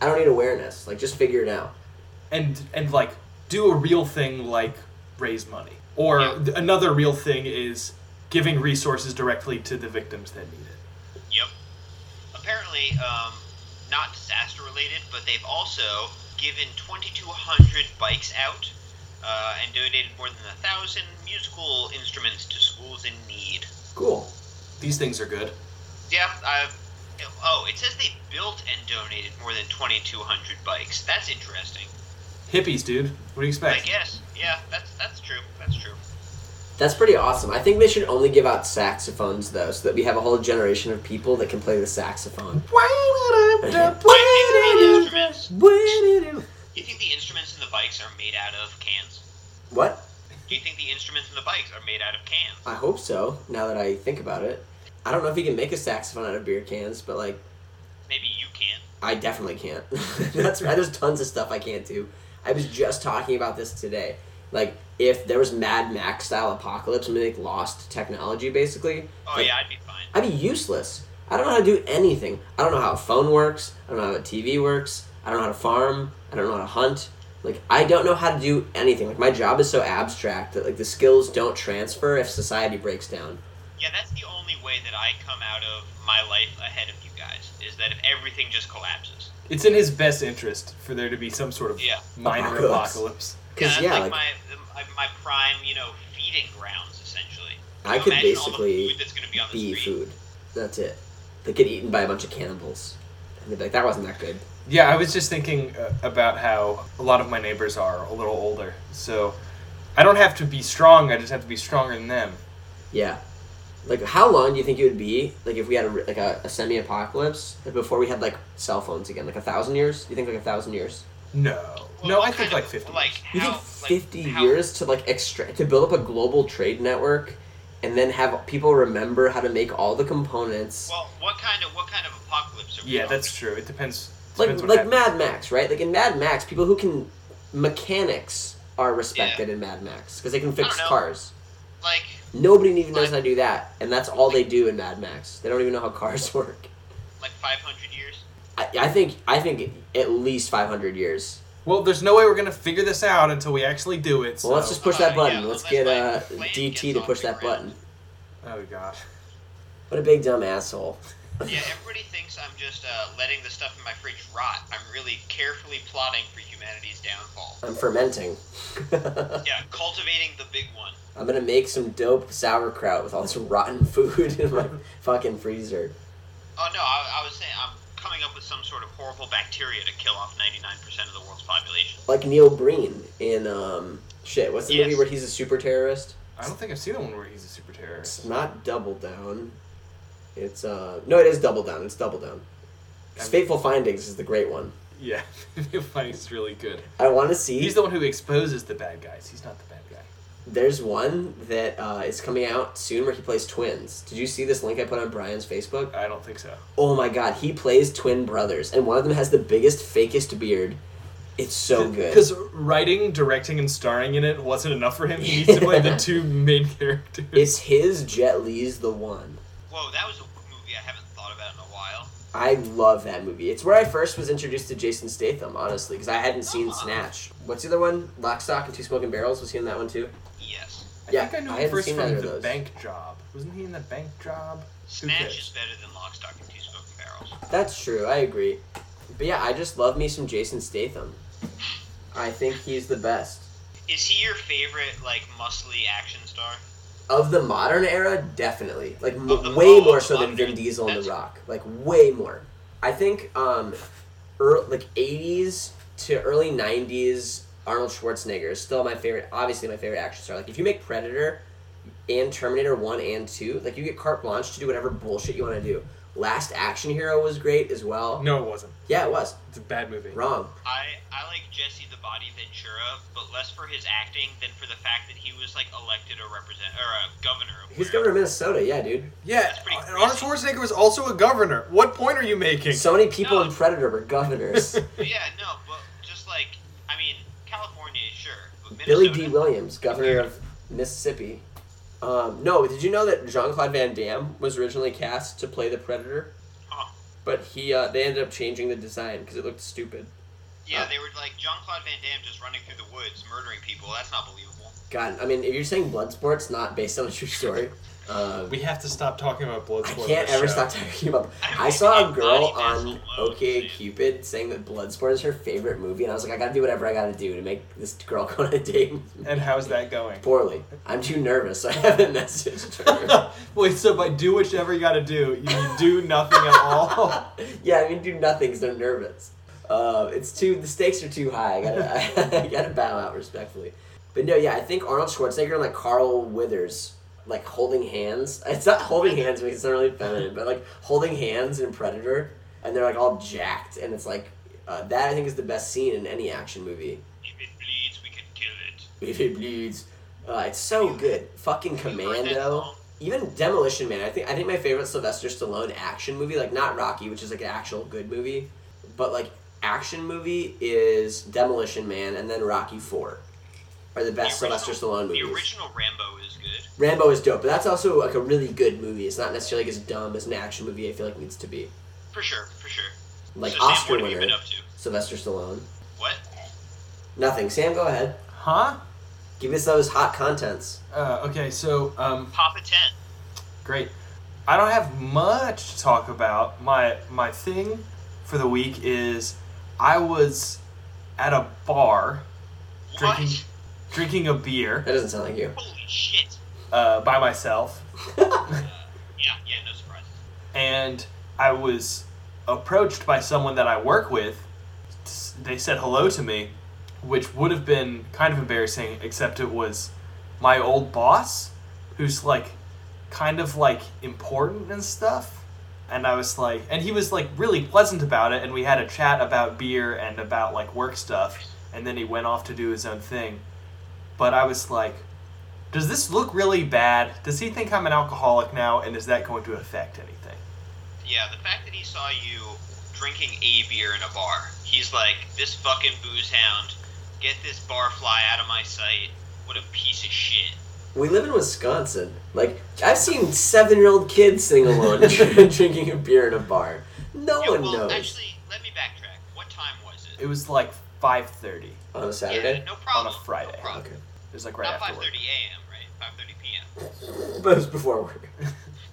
I don't need awareness. Like just figure it out.
and and like do a real thing like raise money or
Yeah.
th- another real thing is giving resources directly to the victims that need it
Yep. Apparently, um, not disaster related, but they've also given 2,200 bikes out uh, and donated more than a thousand musical instruments to schools in need.
Cool.
these things are good
Yeah, I've. Oh, it says they built and donated more than 2,200 bikes. That's interesting.
hippies dude what do you
I
expect
guess. Yeah, that's that's true. That's true.
That's pretty awesome. I think they should only give out saxophones though, so that we have a whole generation of people that can play the saxophone.
instruments.
What?
Do you think the instruments in the bikes are made out of cans? Do you think the instruments in the bikes are made out of cans?
I hope so. Now that I think about it, I don't know if you can make a saxophone out of beer cans, but like,
Maybe you can.
I definitely can't. *laughs* That's right. There's tons of stuff I can't do. I was just talking about this today. Like, if there was Mad Max style apocalypse, I mean, like lost technology basically.
Oh
like,
yeah, I'd be fine.
I'd be useless. I don't know how to do anything. I don't know how a phone works. I don't know how a TV works. I don't know how to farm. I don't know how to hunt. Like I don't know how to do anything. Like my job is so abstract that like the skills don't transfer if society breaks down.
Yeah, that's the only way that I come out of my life ahead of you guys is that if everything just collapses.
it's in his best interest for there to be some sort of
Yeah.
minor
Apocalypse.
apocalypse
Yeah,
'Cause,
that's
yeah,
like,
like-
my my prime, you know, feeding grounds essentially.
I
So
could
imagine all the
basically
food that's gonna be on the
be
street.
food. That's it. They get eaten by a bunch of cannibals. And they'd be like, that wasn't that good.
Yeah, I was just thinking uh, about how a lot of my neighbors are a little older. So I don't have to be strong, I just have to be stronger than them.
Yeah. Like how long do you think it would be? Like if we had a, re- like a, a semi-apocalypse like, before we had like cell phones again, like a thousand years? You think like a thousand years?
No.
Well,
no,
what
I think
kind
like
of-
50.
Like
You
how
think fifty
like, how-
years to like extract to build up a global trade network, and then have people remember how to make all the components,
Well, what kind of what kind of apocalypse are we
Yeah,
talking?
that's true. It depends.
like
depends what
like Mad
happens.
Max, right? Like in Mad Max, people who can mechanics are respected in Mad Max because they can fix
don't know.
cars.
like
Nobody even knows
Like-
how to do that, and that's all they do in Mad Max. They don't even know how cars *laughs* work.
like 500 years.
I, I think I think at least five hundred years.
Well, there's no way we're gonna figure this out until we actually do it.
Well, let's
so-
just push that
Uh, yeah,
button. let's
unless,
get
like,
uh,
Flynn
DT
gets
to
off
push
the
that
ground.
button.
Oh god.
What a big dumb asshole.
Yeah, everybody thinks I'm just uh, letting the stuff in my fridge rot. I'm really carefully plotting for humanity's downfall.
I'm fermenting. *laughs*
Yeah, cultivating the big one.
I'm gonna make some dope sauerkraut with all this rotten *laughs* food in my fucking freezer.
Oh no, I, I was saying I'm coming up with some sort of horrible bacteria to kill off 99% of the world's population.
Like Neil Breen in um shit, what's the
Yes.
movie where he's a super terrorist?
I don't think I've seen the one where he's a super terrorist.
It's not Double Down. It's uh no, it is Double Down. It's Double Down. His Fateful Findings is the great one.
Yeah, *laughs* he's really good.
I want to see.
He's the one who exposes the bad guys. He's not the bad guy.
There's one that uh, is coming out soon where he plays twins. Did you see this link I put on Brian's Facebook?
I don't think so.
Oh my god, he plays twin brothers, and one of them has the biggest, fakest beard, It's so good.
Because writing, directing, and starring in it wasn't enough for him. He needs to
*laughs*
play the two main characters.
It's his Jet Li's the one.
Whoa, that was a movie I haven't thought about in a while.
I love that movie. It's where I first was introduced to Jason Statham, honestly, because I hadn't seen Snatch. What's the other one? Lock, Stock, and Two Smoking Barrels. Was he in that one too?
Yes.
I
yeah,
think I know
I
him
haven't
first
seen
from
either
the
of those.
bank job. Wasn't he in the bank job? Who
Snatch
cares?
is better than Lock, Stock, and Two Smoking Barrels.
That's true. I agree. But yeah, I just love me some Jason Statham. I think he's the best
Is he your favorite, like, muscly action star?
of the modern era. Definitely, like m-
Of the
way
mo-
more so than
modern-
Vin Diesel and The
that's-
Rock. Like way more. I think um, ear like eighties to early nineties. Arnold Schwarzenegger is still my favorite. Obviously, my favorite action star. Like if you make Predator and Terminator One and Two, like you get carte blanche to do whatever bullshit you want to do. Last Action Hero was great as well.
No, it wasn't.
Yeah, it was
It's a bad movie.
wrong.
I, I like Jesse the Body Ventura, but less for his acting than for the fact that he was, like, elected a represent or a governor. Of
He's
wherever.
governor of Minnesota. Yeah, dude.
Yeah,
pretty
and Arnold Schwarzenegger was also a governor. What point are you making?
So many people
No.
in Predator were
*laughs*
governors.
Yeah, no, but just like I mean, California, sure, but
Billy
Minnesota.
D. Williams, governor of Mississippi. Um, no, did you know that Jean Claude Van Damme was originally cast to play the Predator,
Huh.
but he uh, they ended up changing the design because it looked stupid.
Yeah,
Oh.
they were like Jean Claude Van Damme just running through the woods, murdering people. That's not believable.
God, I mean, if you're saying Bloodsport's not based on a true
*laughs*
story, um,
We have to stop talking about
I
Bloodsport.
can't
on this
ever
show.
stop talking about.
I mean,
I saw a
it's
girl
body mass
on
alone,
OK
man.
Cupid saying that Bloodsport is her favorite movie, and I was like, I gotta do whatever I gotta do to make this girl *laughs* go on a date. with me.
And how's that going?
Poorly, I'm too nervous. so I haven't *laughs* messaged her.
*laughs* Wait, so by do whichever you gotta do, you do nothing at all?
*laughs* yeah, I mean, do nothing 'cause they're nervous. Uh, it's too the stakes are too high. I gotta, *laughs* I gotta bow out respectfully. But no, yeah, I think Arnold Schwarzenegger and like Carl Withers like holding hands. *laughs* It's not holding hands because it's not really feminine, but like holding hands in Predator, and they're like all jacked, and it's like uh, that. I think is the best scene in any action movie.
If it bleeds, we can kill it.
If it bleeds, uh, it's so good. Fucking
You heard that
Commando.
song?
Even Demolition Man, I think I think my favorite Sylvester Stallone action movie, like not Rocky, which is like an actual good movie, but like action movie is Demolition Man and then Rocky Four are the best
The original-
Sylvester Stallone
The
movies.
original Rambo is good.
Rambo is dope, but that's also like a really good movie. It's not necessarily like, as dumb as an action movie. I feel like needs to be
For sure, for sure.
like
so
Oscar
Sam, what have you
winner
been up to?
Sylvester Stallone.
What?
Nothing. Sam, go ahead.
*laughs* Huh?
Give us those hot contents.
Uh, okay, so um,
Papa Ten.
great. I don't have much to talk about. My my thing for the week is I was at a bar
What?
drinking drinking a beer
That doesn't sound like you.
Holy shit.
uh, by myself,
Yeah, yeah, no surprise.
and I was approached by someone that I work with. S- They said hello to me, which would have been kind of embarrassing, except it was my old boss, who's like kind of like important and stuff. And I was like, and he was like really pleasant about it, and we had a chat about beer and about like work stuff, and then he went off to do his own thing. But I was like, does this look really bad? Does he think I'm an alcoholic now, and is that going to affect anything?
Yeah, the fact that he saw you drinking a beer in a bar, he's like, this fucking booze hound, get this bar fly out of my sight. What a piece of shit.
We live in Wisconsin. Like I've seen seven-year-old kids sing
*laughs*
alone *laughs* drinking a beer in a bar. No
Yeah,
one
well,
knows
actually, let me backtrack. What time was it?
It was like 5:30.
on a Saturday.
Yeah, no problem.
On a Friday.
No problem.
Okay, *laughs*
It was like right
Not 5:30
after work.
a.m., right? 5:30 p.m.
but it was before
*laughs*
work.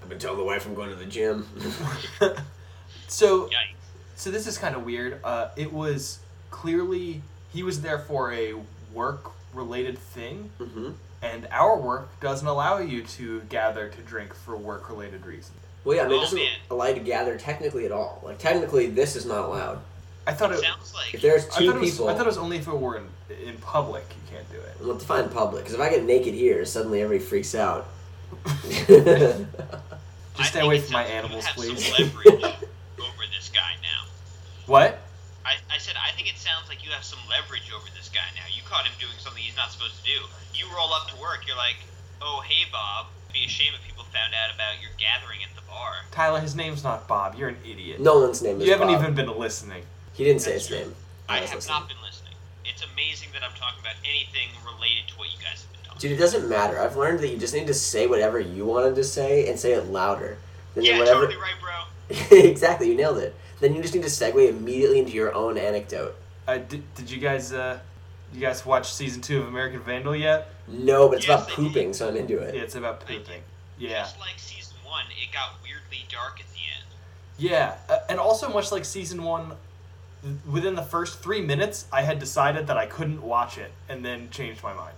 I've been telling the wife I'm going to the *laughs* gym.
Mm-hmm. So,
Yikes.
so this is kind of weird. Uh, it was clearly he was there for a work-related thing,
hmm
and our work doesn't allow you to gather to drink for work-related reasons.
Well, yeah, I mean, it
Oh,
doesn't
man.
allow you to gather technically at all. Like technically, this is not allowed.
I thought it.
Sounds like
If there's
I
two
thought it, was,
people,
I thought it was only if it were in, in public you can't do it.
well, define public. Because if I get naked here, suddenly everybody freaks
*laughs*
out. *laughs* That's
I
Just stay
think
away
it
from my
sounds like
animals,
you have
please.
Some leverage
*laughs*
over this guy now.
What?
I, I said I think it sounds like you have some leverage over this guy now. You caught him doing something he's not supposed to do. You roll up to work, you're like, "Oh, hey, Bob. It'd be a shame if people found out about your gathering at the bar."
Tyler, his name's not Bob. You're an idiot.
Nolan's name is.
you haven't
Bob.
even been listening.
He didn't say his
That's true.
name.
I
was
have
listening.
not been listening. it's amazing that I'm talking about anything related to what you guys have been talking.
Dude, it doesn't matter. I've learned that you just need to say whatever you wanted to say and say it louder. Then
about. Yeah,
whatever... *laughs*
totally right, bro.
exactly, you nailed it. Then you just need to segue immediately into your own anecdote.
I did, did you guys uh, you guys watch season two of American Vandal yet?
No, but it's
Yes,
about
I did.
pooping, so I'm into it.
Yeah, it's about pooping. Yeah,
Just like season one, it got weirdly dark at the end.
yeah, uh, and also much like season one, th- within the first three minutes, I had decided that I couldn't watch it, and then changed my mind,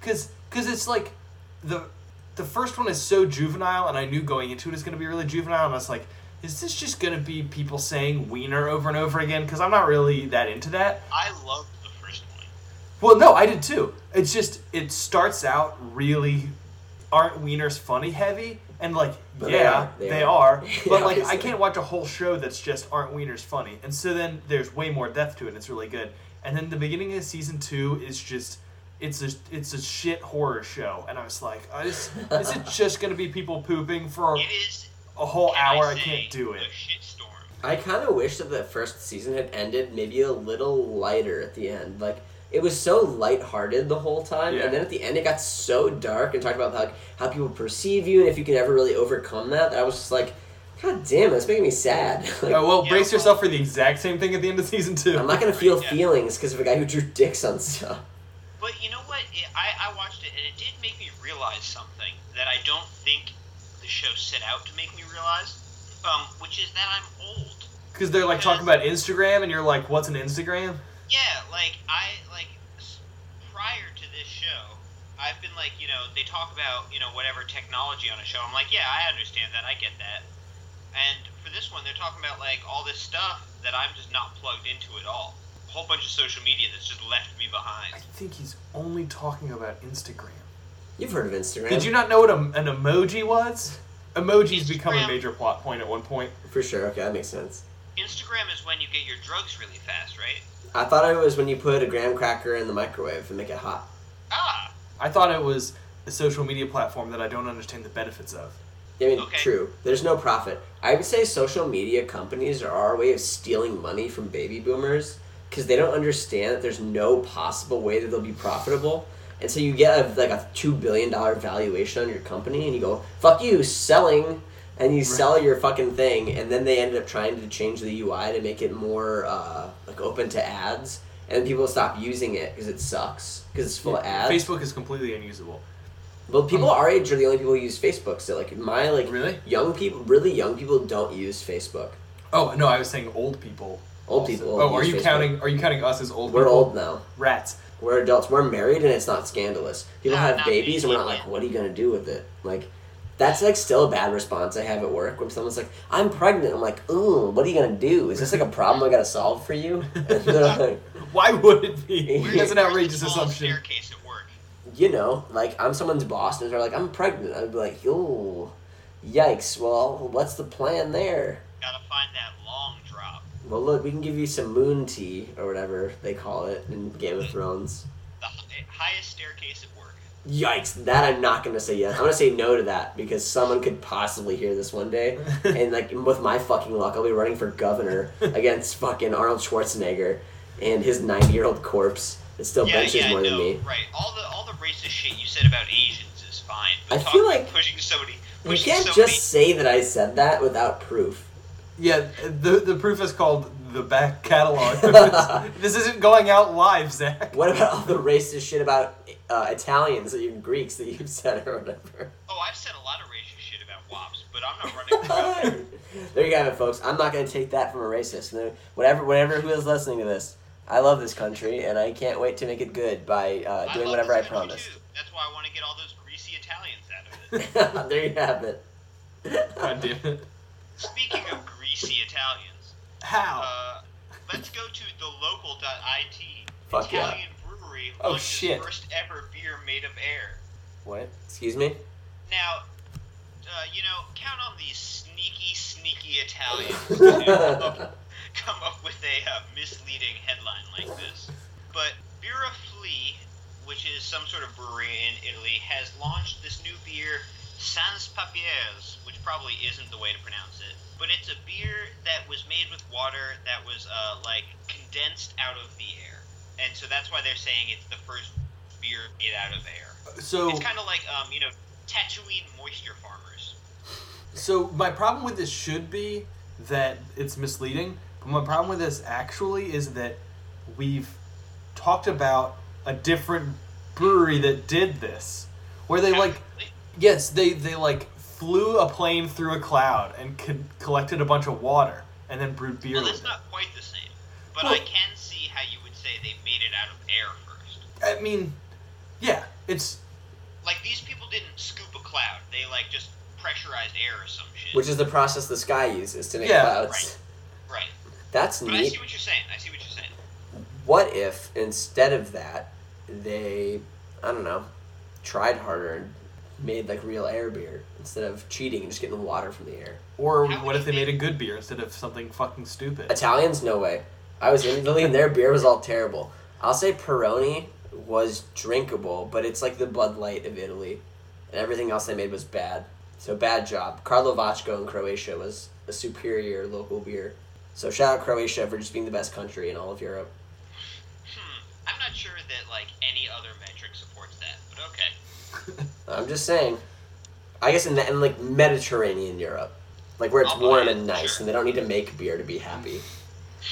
cause cause it's like the the first one is so juvenile, and I knew going into it is gonna be really juvenile, and I was like, is this just gonna be people saying wiener over and over again? Cause I'm not really that into that.
I loved the first one.
Well, no, I did too. It's just it starts out really aren't wieners funny heavy and like
But they
yeah
are,
they,
they
are,
are.
*laughs*
Yeah,
but like I
obviously.
can't watch a whole show that's just aren't wieners funny and so then there's way more depth to it and it's really good and then the beginning of season two is just it's a it's a shit horror show and I was like I just, is *laughs* it just gonna be people pooping for
It is.
a whole
can
hour I
say,
can't do it
A shitstorm.
I kind of wish that the first season had ended maybe a little lighter at the end. Like it was so lighthearted the whole time,
Yeah.
and then at the end it got so dark and talked about like how people perceive you and if you can ever really overcome that. I was just like, God damn, that's making me sad. *laughs* Like,
oh well
Yeah,
brace
well-
yourself for the exact same thing at the end of season two *laughs*
I'm not gonna feel
Yeah.
feelings because of a guy who drew dicks on stuff.
But you know what? It, I, I watched it and it did make me realize something that I don't think the show set out to make me realize, um, which is that I'm old.
Because they're like talking about Instagram, and you're like, "What's an Instagram?"
Yeah, like I like s- prior to this show, I've been like you know they talk about you know whatever technology on a show. I'm like yeah, I understand that, I get that. And for this one, they're talking about like all this stuff that I'm just not plugged into at all. A whole bunch of social media that's just left me behind.
I think he's only talking about Instagram.
You've heard of Instagram,
Did you not know what a, an emoji was? Emojis become a
Instagram.
major plot point at one point.
For sure. Okay, that makes sense.
Instagram is when you get your drugs really fast, right?
I thought it was when you put a graham cracker in the microwave and make it hot.
Ah,
I thought it was a social media platform that I don't understand the benefits of.
I mean,
Okay.
true. There's no profit. I would say social media companies are our way of stealing money from baby boomers because they don't understand that there's no possible way that they'll be profitable. And so you get a, like a two billion dollar valuation on your company, and you go, "Fuck you, selling," and you sell your fucking thing. And then they ended up trying to change the UI to make it more uh, like open to ads, and then people stop using it because it sucks because it's full of ads.
Facebook is completely unusable.
Well, people our age are the only people who use Facebook. So, like, my like
Really?
young people, really young people don't use Facebook.
Oh no, I was saying old people.
Old
also.
people
Oh, are
use
you
Facebook.
counting? Are you counting us as old?
We're
people?
old now.
Rats.
We're adults. We're married, and it's not scandalous. People
Not-
have
not
babies, and we're not
babies,
like,
yeah.
what are you gonna do with it? Like, that's like still a bad response I have at work when someone's like, I'm pregnant. I'm like, ooh, what are you gonna do? Is this like a problem I gotta solve for you? And they're like,
Why would
*laughs*
it be?
Where's-
That's an outrageous
Small
assumption.
Staircase at work.
you know, like I'm someone's boss, and they're like, I'm pregnant. I'd be like, yo, yikes. Well, what's the plan there?
Gotta find that long drop.
Well, look, we can give you some moon tea or whatever they call it in Game of Thrones.
The hi- highest staircase at work.
Yikes! That I'm not gonna say yes. I'm gonna say no to that because someone could possibly hear this one day, and like with my fucking luck, I'll be running for governor against fucking Arnold Schwarzenegger and his 90 year old corpse that still
yeah,
benches
yeah,
more
no,
than me.
Right. All the all the racist shit you said about Asians is fine. But
I
talk
feel
about
like
pushing somebody.
You
Pushing
can't
somebody.
just say that I said that without proof.
Yeah, the the proof is called the
*laughs*
back catalog. this isn't going out live, Zach.
What about all the racist shit about uh, Italians and even Greeks that you've said or whatever?
Oh, I've said a lot of racist shit about wops, but I'm
*laughs*
not running. for governor.
there you have it, folks. I'm not going to take that from a racist. No- Whatever, whatever. Who is listening to this? I love this country, and I can't wait to make it good by uh,
I
doing
love
whatever I
this country,
promised.
Too. That's why I want to get all those greasy Italians out of
*laughs*
it.
there you have it. *laughs*
God damn it.
Speaking of greasy Italians,
Oh.
How?
uh, let's go to the local.it.
Fuck yeah.
Italian brewery
Oh,
launches
shit.
first ever beer made of air.
What?
Excuse me.
Now, uh, you know, count on these sneaky, sneaky Italians to come up, come up with a uh, misleading headline like this. But Birafli, which is some sort of brewery in Italy, has launched this new beer, Sans Papiers, which probably isn't the way to pronounce it. But it's a beer that was made with water that was uh, like condensed out of the air. and so that's why they're saying it's the first beer made out of air.
So
It's kind of like um, you know, Tatooine moisture farmers.
So my problem with this should be that it's misleading, but my problem with this actually is that we've talked about a different brewery that did this, where they like, yes, they they like flew a plane through a cloud and con- collected a bunch of water and then brewed beer
Well,
with
that's
it.
not quite the same, but
Well-
I can see how you would say they made it out of air first.
I mean, yeah, it's
Like these people didn't scoop a cloud; they like just pressurized air or some shit.
which is the process the sky uses to make
Yeah.
clouds.
Right. right.
That's
But I
neat.
see what you're saying. I see what you're saying.
what if instead of that they i don't know tried harder and made like real air beer instead of cheating and just getting the water from the air
or
How
what
would
if they
you
made a good beer instead of something fucking stupid?
italians no way i was in italy and their beer was all terrible i'll say peroni was drinkable but it's like the bud light of italy and everything else they made was bad so bad job carlo Vacco in croatia was a superior local beer so shout out croatia for just being the best country in all of europe
Hmm. I'm not sure that like any other metric supports that, but okay.
I'm just saying. I guess in the in like Mediterranean Europe, like where it's
I'll buy
warm
it,
and nice,
sure.
and they don't need to make beer to be happy.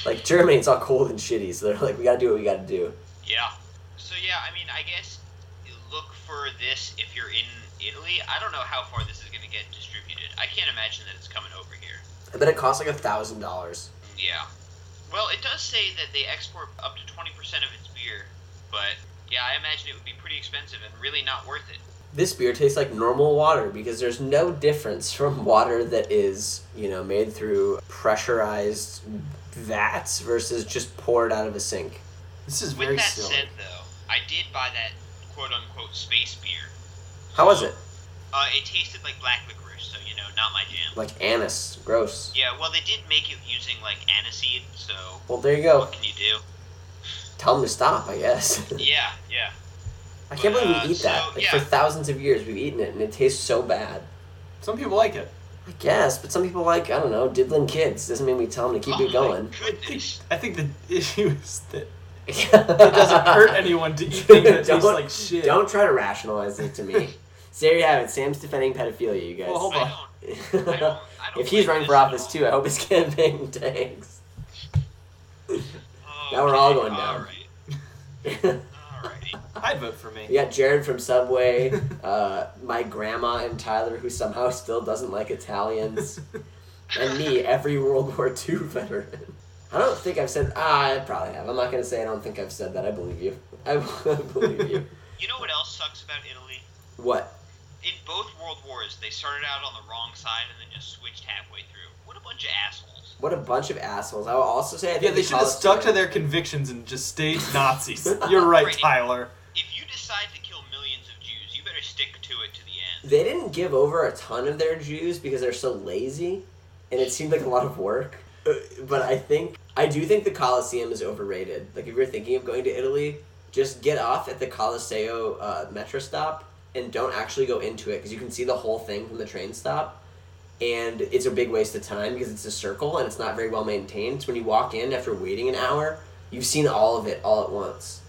Like Germany, it's all cold and shitty, so they're like, we gotta do what we gotta do.
Yeah. So yeah, I mean, I guess you look for this if you're in Italy. I don't know how far this is going to get distributed. I can't imagine that it's coming over here.
I bet it costs like a thousand dollars.
Yeah. Well, it does say that they export up to 20% of its beer, but yeah, I imagine it would be pretty expensive and really not worth it.
This beer tastes like normal water because there's no difference from *laughs* water that is you know made through pressurized vats versus just poured out of a sink.
This is
With
very
that
silly.
said, though, I did buy that quote unquote space beer.
How was it?
Uh, it tasted like black licorice, so you know, not my jam.
Like anise, gross.
Yeah, well, they did make it using like aniseed, so
Well, there you go.
what can you do?
Tell them to stop. I guess. *laughs*
Yeah, yeah.
I can't believe
Uh,
we eat that.
so,
Like
yeah.
for thousands of years, we've eaten it, and it tastes so bad.
Some people like it.
I guess, but some people like I don't know, diddling kids. Doesn't mean we tell them to keep
oh
it going.
My
I think,
goodness.
I think the *laughs* issue is that
it
it doesn't hurt anyone
*laughs*
to eat things that taste like shit.
Don't try to rationalize it to me. so there you have it. Sam's defending pedophilia, you guys.
Well, hold
*laughs*
I
on.
don't. I don't- I don't
if he's running
like this
for
at
office
all.
too, I *laughs* hope his campaign tanks. *laughs*
Oh,
Now we're all
okay,
going down.
alright,
we
alright.
I'd vote for me. *laughs*
got Jared from Subway, uh, my grandma and Tyler, who somehow still doesn't like Italians, and me, every World War II veteran. I don't think I've said. Ah, I probably have. I'm not gonna say I don't think I've said that. I believe you. *laughs* I believe you.
You know what else sucks about Italy?
What?
In both world wars, they started out on the wrong side and then just switched halfway through. What a bunch of assholes.
What a bunch of assholes. I will also say I think
yeah, they
the
should have stuck to
Colosseum-
their convictions and just stayed Nazis. You're right,
Right.
Tyler.
If you decide to kill millions of Jews, you better stick to it to the end.
They didn't give over a ton of their Jews because they're so lazy, and it seemed like a lot of work. Uh, But I think I do think the Colosseum is overrated. Like if you're thinking of going to Italy, just get off at the Colosseo uh, metro stop and don't actually go into it because you can see the whole thing from the train stop. And it's a big waste of time because it's a circle and it's not very well maintained. So when you walk in after waiting an hour, you've seen all of it all at once.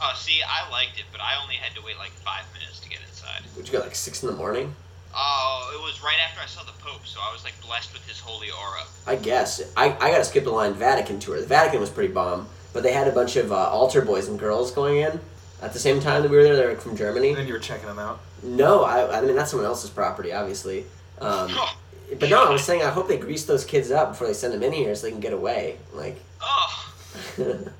Oh, see, I liked it, but I only had to wait like five minutes to get inside.
Would you go like six in the morning?
Oh, it was right after I saw the Pope, so I was like blessed with his holy aura. *laughs*
I guess I, I gotta skip the line Vatican tour. The Vatican was pretty bomb, but they had a bunch of uh, altar boys and girls going in at the same time that we were there. They were from Germany.
And you were checking them out.
No, I, I mean that's someone else's property, obviously. Um,
Oh,
but no, I was saying I hope they grease those kids up before they send them in here so they can get away. Like, *laughs*
oh,
if you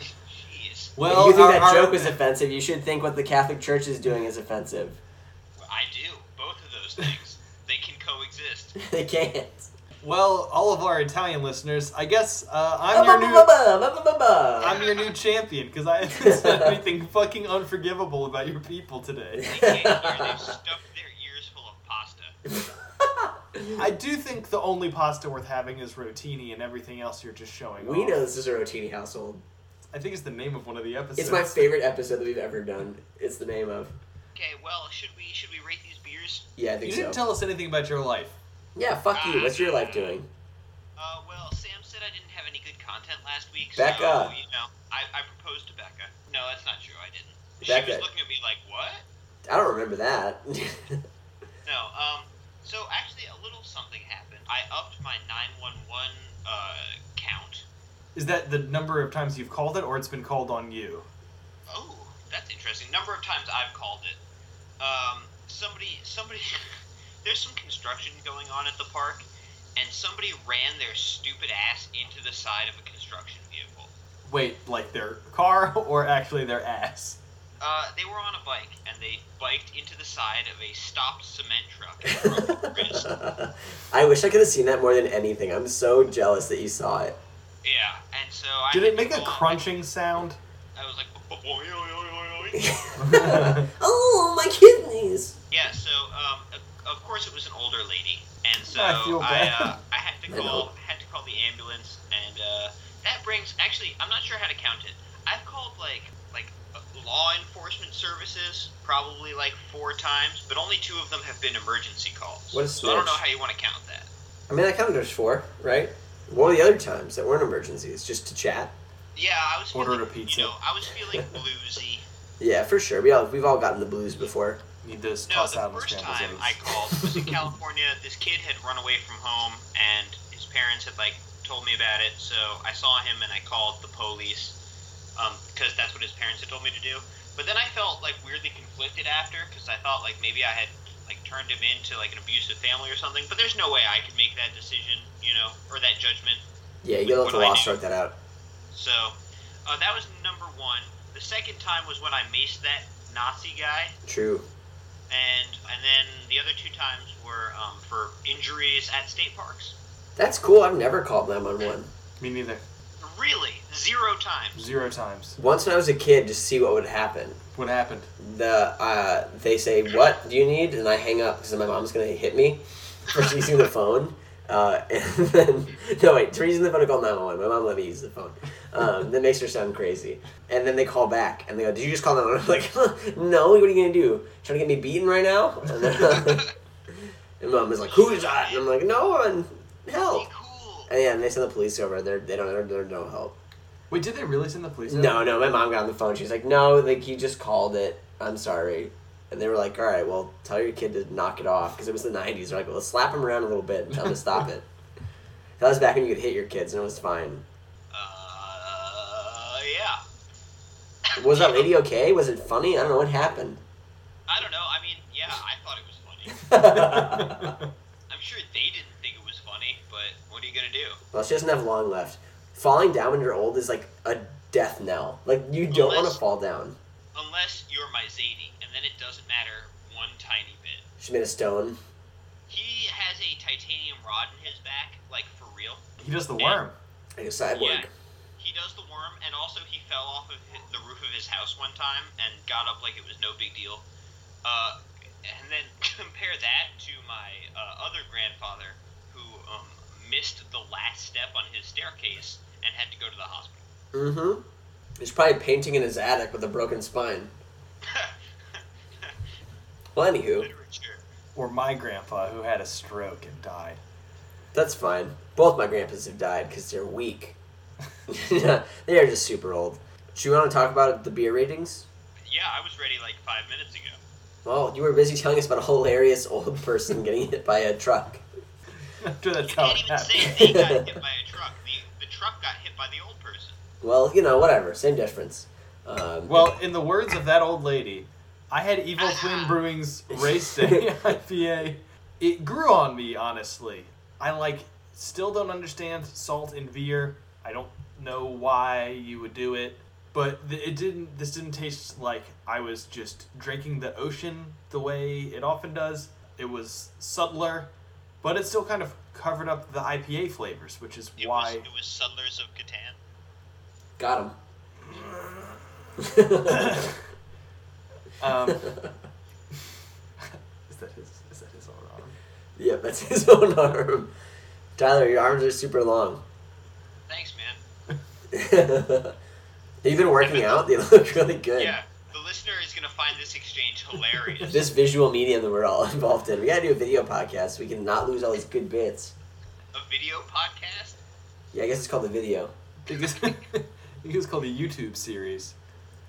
jeez.
Well,
think
our-
that
our-
joke was offensive, you should think what the Catholic Church is doing is offensive. *laughs*
I do. Both of those things. They can coexist.
they can't.
well, all of our Italian listeners, I guess uh, I'm your new I'm
I'm
your new champion because I *laughs* haven't said anything fucking unforgivable about your people today.
They can't hear. They've stuffed their ears full of pasta.
I do think the only pasta worth having is rotini, and everything else you're just
*laughs*
showing
We
off.
know this is a Rotini household.
I think it's the name of one of the episodes.
It's my favorite episode that we've ever done. It's the name of.
Okay, well, should we should we rate these beers?
Yeah, I think
You
so.
didn't tell us anything about your life.
yeah, fuck you. What's your life doing?
Uh, well, Sam said I didn't have any good content last week,
Becca.
so you know, I, I proposed to Becca. she
Becca.
was looking at me like, what?
I don't remember
*laughs*
that.
No. Um. So actually, a little something happened. I upped my nine one one uh count.
Is that the number of times you've called it, or it's been called on you?
Oh, that's interesting. Number of times I've called it. Um. Somebody. Somebody. *laughs* there's some construction going on at the park, and somebody ran their stupid ass into the side of a construction vehicle.
Wait, like their car *laughs* or actually their ass?
Uh, they were on a bike and they biked into the side of a stopped cement
*laughs*
truck and broke their wrist.
I wish I could have seen that more than anything. I'm so jealous that you saw
*laughs*
it.
Yeah, and so I
Did
had
it
to
make a
go on-
crunching sound?
I was like, "Oi, oi, oi, oi, oi."
oh my kidneys!
Yeah, so um, of- of course it was an older lady, and so
I feel
I,
bad.
uh,
*laughs*
I had to
I
call
know.
had to call the ambulance, and uh, that brings actually I'm not sure how to count it. I've called like like uh, law enforcement services probably like four times, but only two of them have been emergency calls.
What a
so I don't know
snitch.
how you want to count that.
I mean, I counted as four, right? What were the other times that weren't emergencies? Just to chat?
Yeah, I was
Ordered
feeling,
a pizza.
You know, I was feeling
*laughs*
bluesy.
Yeah, for sure. We all we've all gotten the blues before.
Need this
No,
toss
the
out and
first
scrambled
time
eggs.
I
*laughs*
called was in California. This kid had run away from home, and his parents had like told me about it. So I saw him, and I called the police because that's what his parents had told me to do. But then I felt like weirdly conflicted after because I thought like maybe I had like turned him into like an abusive family or something. But there's no way I could make that decision, you know, or that judgment.
Yeah, you gotta let
What
the
do
law
I do?
sort that out.
So uh, that was number one. The second time was when I maced that Nazi guy.
True.
and and then the other two times were um, for injuries at state parks.
That's cool. I've never called nine one one.
Me neither.
Really, zero times.
Zero times.
Once when I was a kid, just see what would happen.
What happened?
The uh, they say, "What do you need?" and I hang up because my mom's gonna hit me for *laughs* using the phone. Uh, *laughs* and then no wait, for using the phone to call nine one one. My mom let me use the phone. Um, that makes her sound crazy. And then they call back and they go, "Did you just call nine one one?" I'm like, *laughs* "No. What are you gonna do? Trying to get me beaten right now?" *laughs* And, then, uh, and mom is like, "Who's that?" And I'm like, "No one.
Be
Help!"
cool.
And yeah, and they send the police over. They're they don't they're, they're no help.
Wait, did they really send the police?
No, no, my mom got on the phone. She's like, no, like he just called it. I'm sorry. And they were like, all right, well, tell your kid to knock it off because it was the 90s. They're like, well, slap him around a little bit and tell him to stop it. *laughs* That was back when you could hit your kids and it was fine.
Uh, yeah.
Was that lady okay? Was it funny? I don't know what happened. *laughs*
I don't know. I mean, yeah, I thought it was funny.
well,
I'm sure they didn't think it was funny, but what are you gonna do?
she doesn't have long left. Falling down when you're old is like a death knell. Like, you don't want to
Unless-
fall down.
Unless you're my Zadie, and then it doesn't matter one tiny bit.
She made a stone.
He has a titanium rod in his back, like for real.
*laughs* He does the worm.
Like a cyborg.
Yeah. He does the worm, and also he fell off of hi the roof of his house one time and got up like it was no big deal. Uh, and then *laughs* compare that to my uh, other grandfather who um, missed the last step on his staircase and had to go to the hospital. *laughs*
Mm hmm. He's probably painting in his attic with a broken spine. Well, anywho.
Literature.
Or my grandpa who had a stroke and died. *laughs*
That's fine. Both my grandpas have died because they're weak. *laughs* they are just super old. Do you want to talk about the beer ratings?
Yeah, I was ready like five minutes ago.
Well, you were busy telling us about a hilarious old person getting hit by a truck.
After that's
You
how it
can't even say
happened.
they got hit by a truck. The, the truck got hit by the old person.
Well, you know, whatever. Same difference. Um,
Well, in the words of that old lady, I had Evil
Ah.
Twin Brewing's Race Day *laughs* IPA. It grew on me, honestly. I like still don't understand salt and beer. I don't know why you would do it, but th- it didn't. This didn't taste like I was just drinking the ocean the way it often does. It was subtler, but it still kind of covered up the IPA flavors, which is
It
why.
was it was Settlers of Catan.
got him. *laughs*
*laughs* Um, is that his? Is that his own arm?
yep, that's his *laughs* own arm. Tyler, your arms are super long. *laughs*
Thanks, man.
Have you been working out? They look really good.
Yeah, the listener is gonna find this exchange hilarious.
This visual medium that we're all *laughs* involved in. We gotta do a video podcast. We can not lose all these good bits.
a video podcast?
Yeah, I guess it's called the video.
*laughs* I think it's, I think it's called the YouTube series.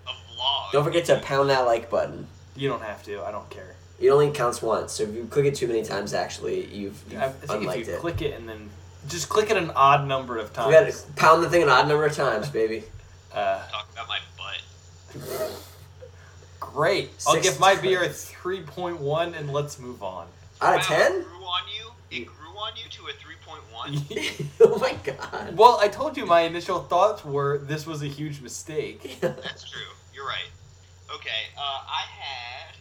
A log.
Don't forget to pound that like button.
You don't have to. I don't care.
It only counts once, so if you click it too many times, actually, you've, you've
I I think
unliked
if you
it.
click it and then just click it an odd number of
you gotta
times.
pound the thing an odd number of
*laughs*
times, baby.
Uh,
Talk about my butt.
great. i I'll
Six
give my beer a
times.
3.1 and let's move on.
Out
*laughs*
Wow,
of
It
ten? *laughs*
grew on you. It grew on you to a three point one.
oh my god. *laughs*
well, I told you my initial thoughts were this was a huge mistake.
That's true. You're right. Okay. Uh, I had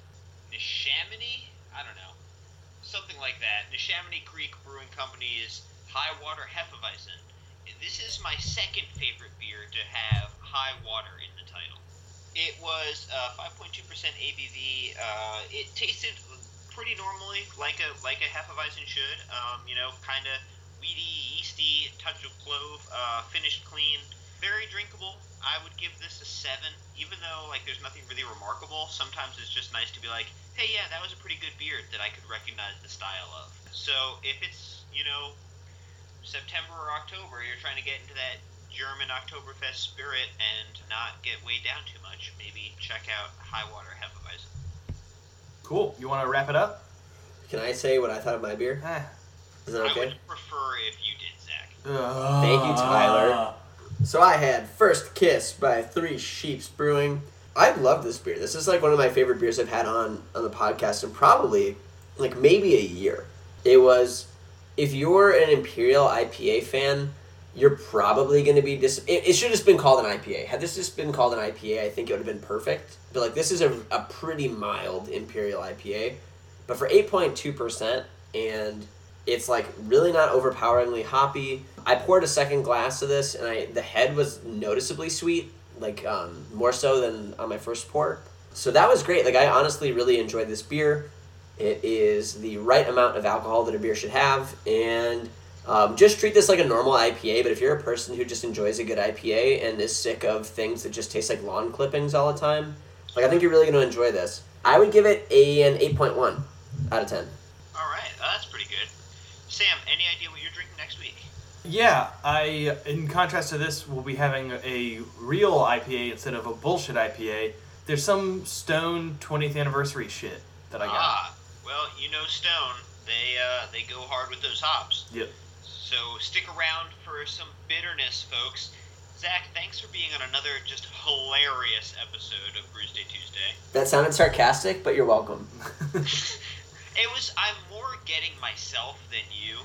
Neshaminy. I don't know, something like that. Neshaminy Creek Brewing Company's High Water Hefeweizen. This is my second favorite beer to have high water in the title. It was uh, 5.2% ABV. Uh, it tasted pretty normally, like a like a hefeweizen should. Um, you know, kind of weedy, yeasty, touch of clove. Uh, finished clean, very drinkable. I would give this a seven, even though like there's nothing really remarkable. Sometimes it's just nice to be like, hey, yeah, that was a pretty good beer that I could recognize the style of. So if it's you know September or October, you're trying to get into that German Oktoberfest spirit and not get weighed down too much. Maybe check out High Water Hefeweizen.
Cool. You want to wrap it up?
Can I say what I thought of my beer?
Eh.
Is that
I
okay?
would prefer if you did, Zach.
Thank
Tyler. So I had First Kiss by Three Sheeps Brewing. I love this beer. This is like one of my favorite beers I've had on on the podcast in probably like maybe a year. It was if you're an Imperial IPA fan, you're probably going to be dis. It, it should have just been called an IPA. Had this just been called an IPA, I think it would have been perfect. But like this is a, a pretty mild Imperial IPA, but for eight point two percent and it's like really not overpoweringly hoppy. I poured a second glass of this, and I the head was noticeably sweet, like um, more so than on my first pour. So that was great. Like I honestly really enjoyed this beer. It is the right amount of alcohol that a beer should have, and um, just treat this like a normal IPA. But if you're a person who just enjoys a good IPA and is sick of things that just taste like lawn clippings all the time, like I think you're really going to enjoy this. I would give it a, an eight point one out of ten.
All right, well, that's pretty good. Sam, any idea what you're drinking next week?
Yeah, I in contrast to this, we'll be having a real IPA instead of a bullshit IPA. There's some Stone 20th anniversary shit that I got.
Ah, well, you know Stone. They uh, they go hard with those hops.
Yep.
So stick around for some bitterness, folks. Zach, thanks for being on another just hilarious episode of Bruce Day Tuesday.
That sounded sarcastic, but you're *laughs* welcome.
It was I'm more getting myself than you.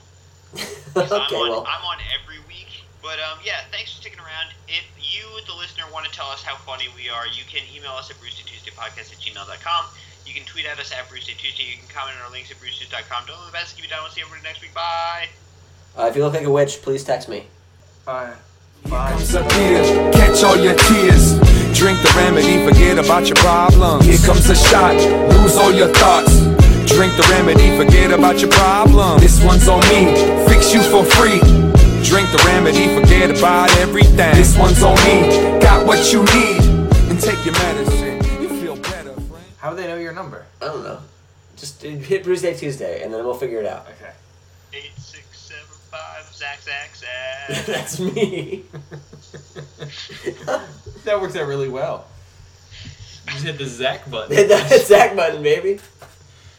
*laughs* okay,
I'm, on,
well,
I'm on every week. But um, yeah, thanks for sticking around. If you, the listener, want to tell us how funny we are, you can email us at brewstertuesdaypodcast at gmail.com. You can tweet at us at Tuesday. You can comment on our links at brewstertuesday.com. Don't let the best keep you down. We'll see everybody next
*laughs*
week. Bye.
uh, if you look like a witch, please text me.
Bye. Bye.
comes a beer, catch all your tears. Drink the remedy, forget about your problems. Here comes a shot, lose all your thoughts. Drink the remedy, forget about your problem. This one's on me, fix you for free. Drink the remedy, forget about everything. This one's on me, got what you need. And take your medicine, you feel better, friend.
How do they know your number?
I don't know. Just uh, hit Bruce Day Tuesday, and then we'll figure it out.
Okay.
8675 Zach Zach
*laughs*
Zach.
That's *laughs* me.
That works out really well. You just hit the Zach
*laughs*
button.
Hit that Zach button, baby.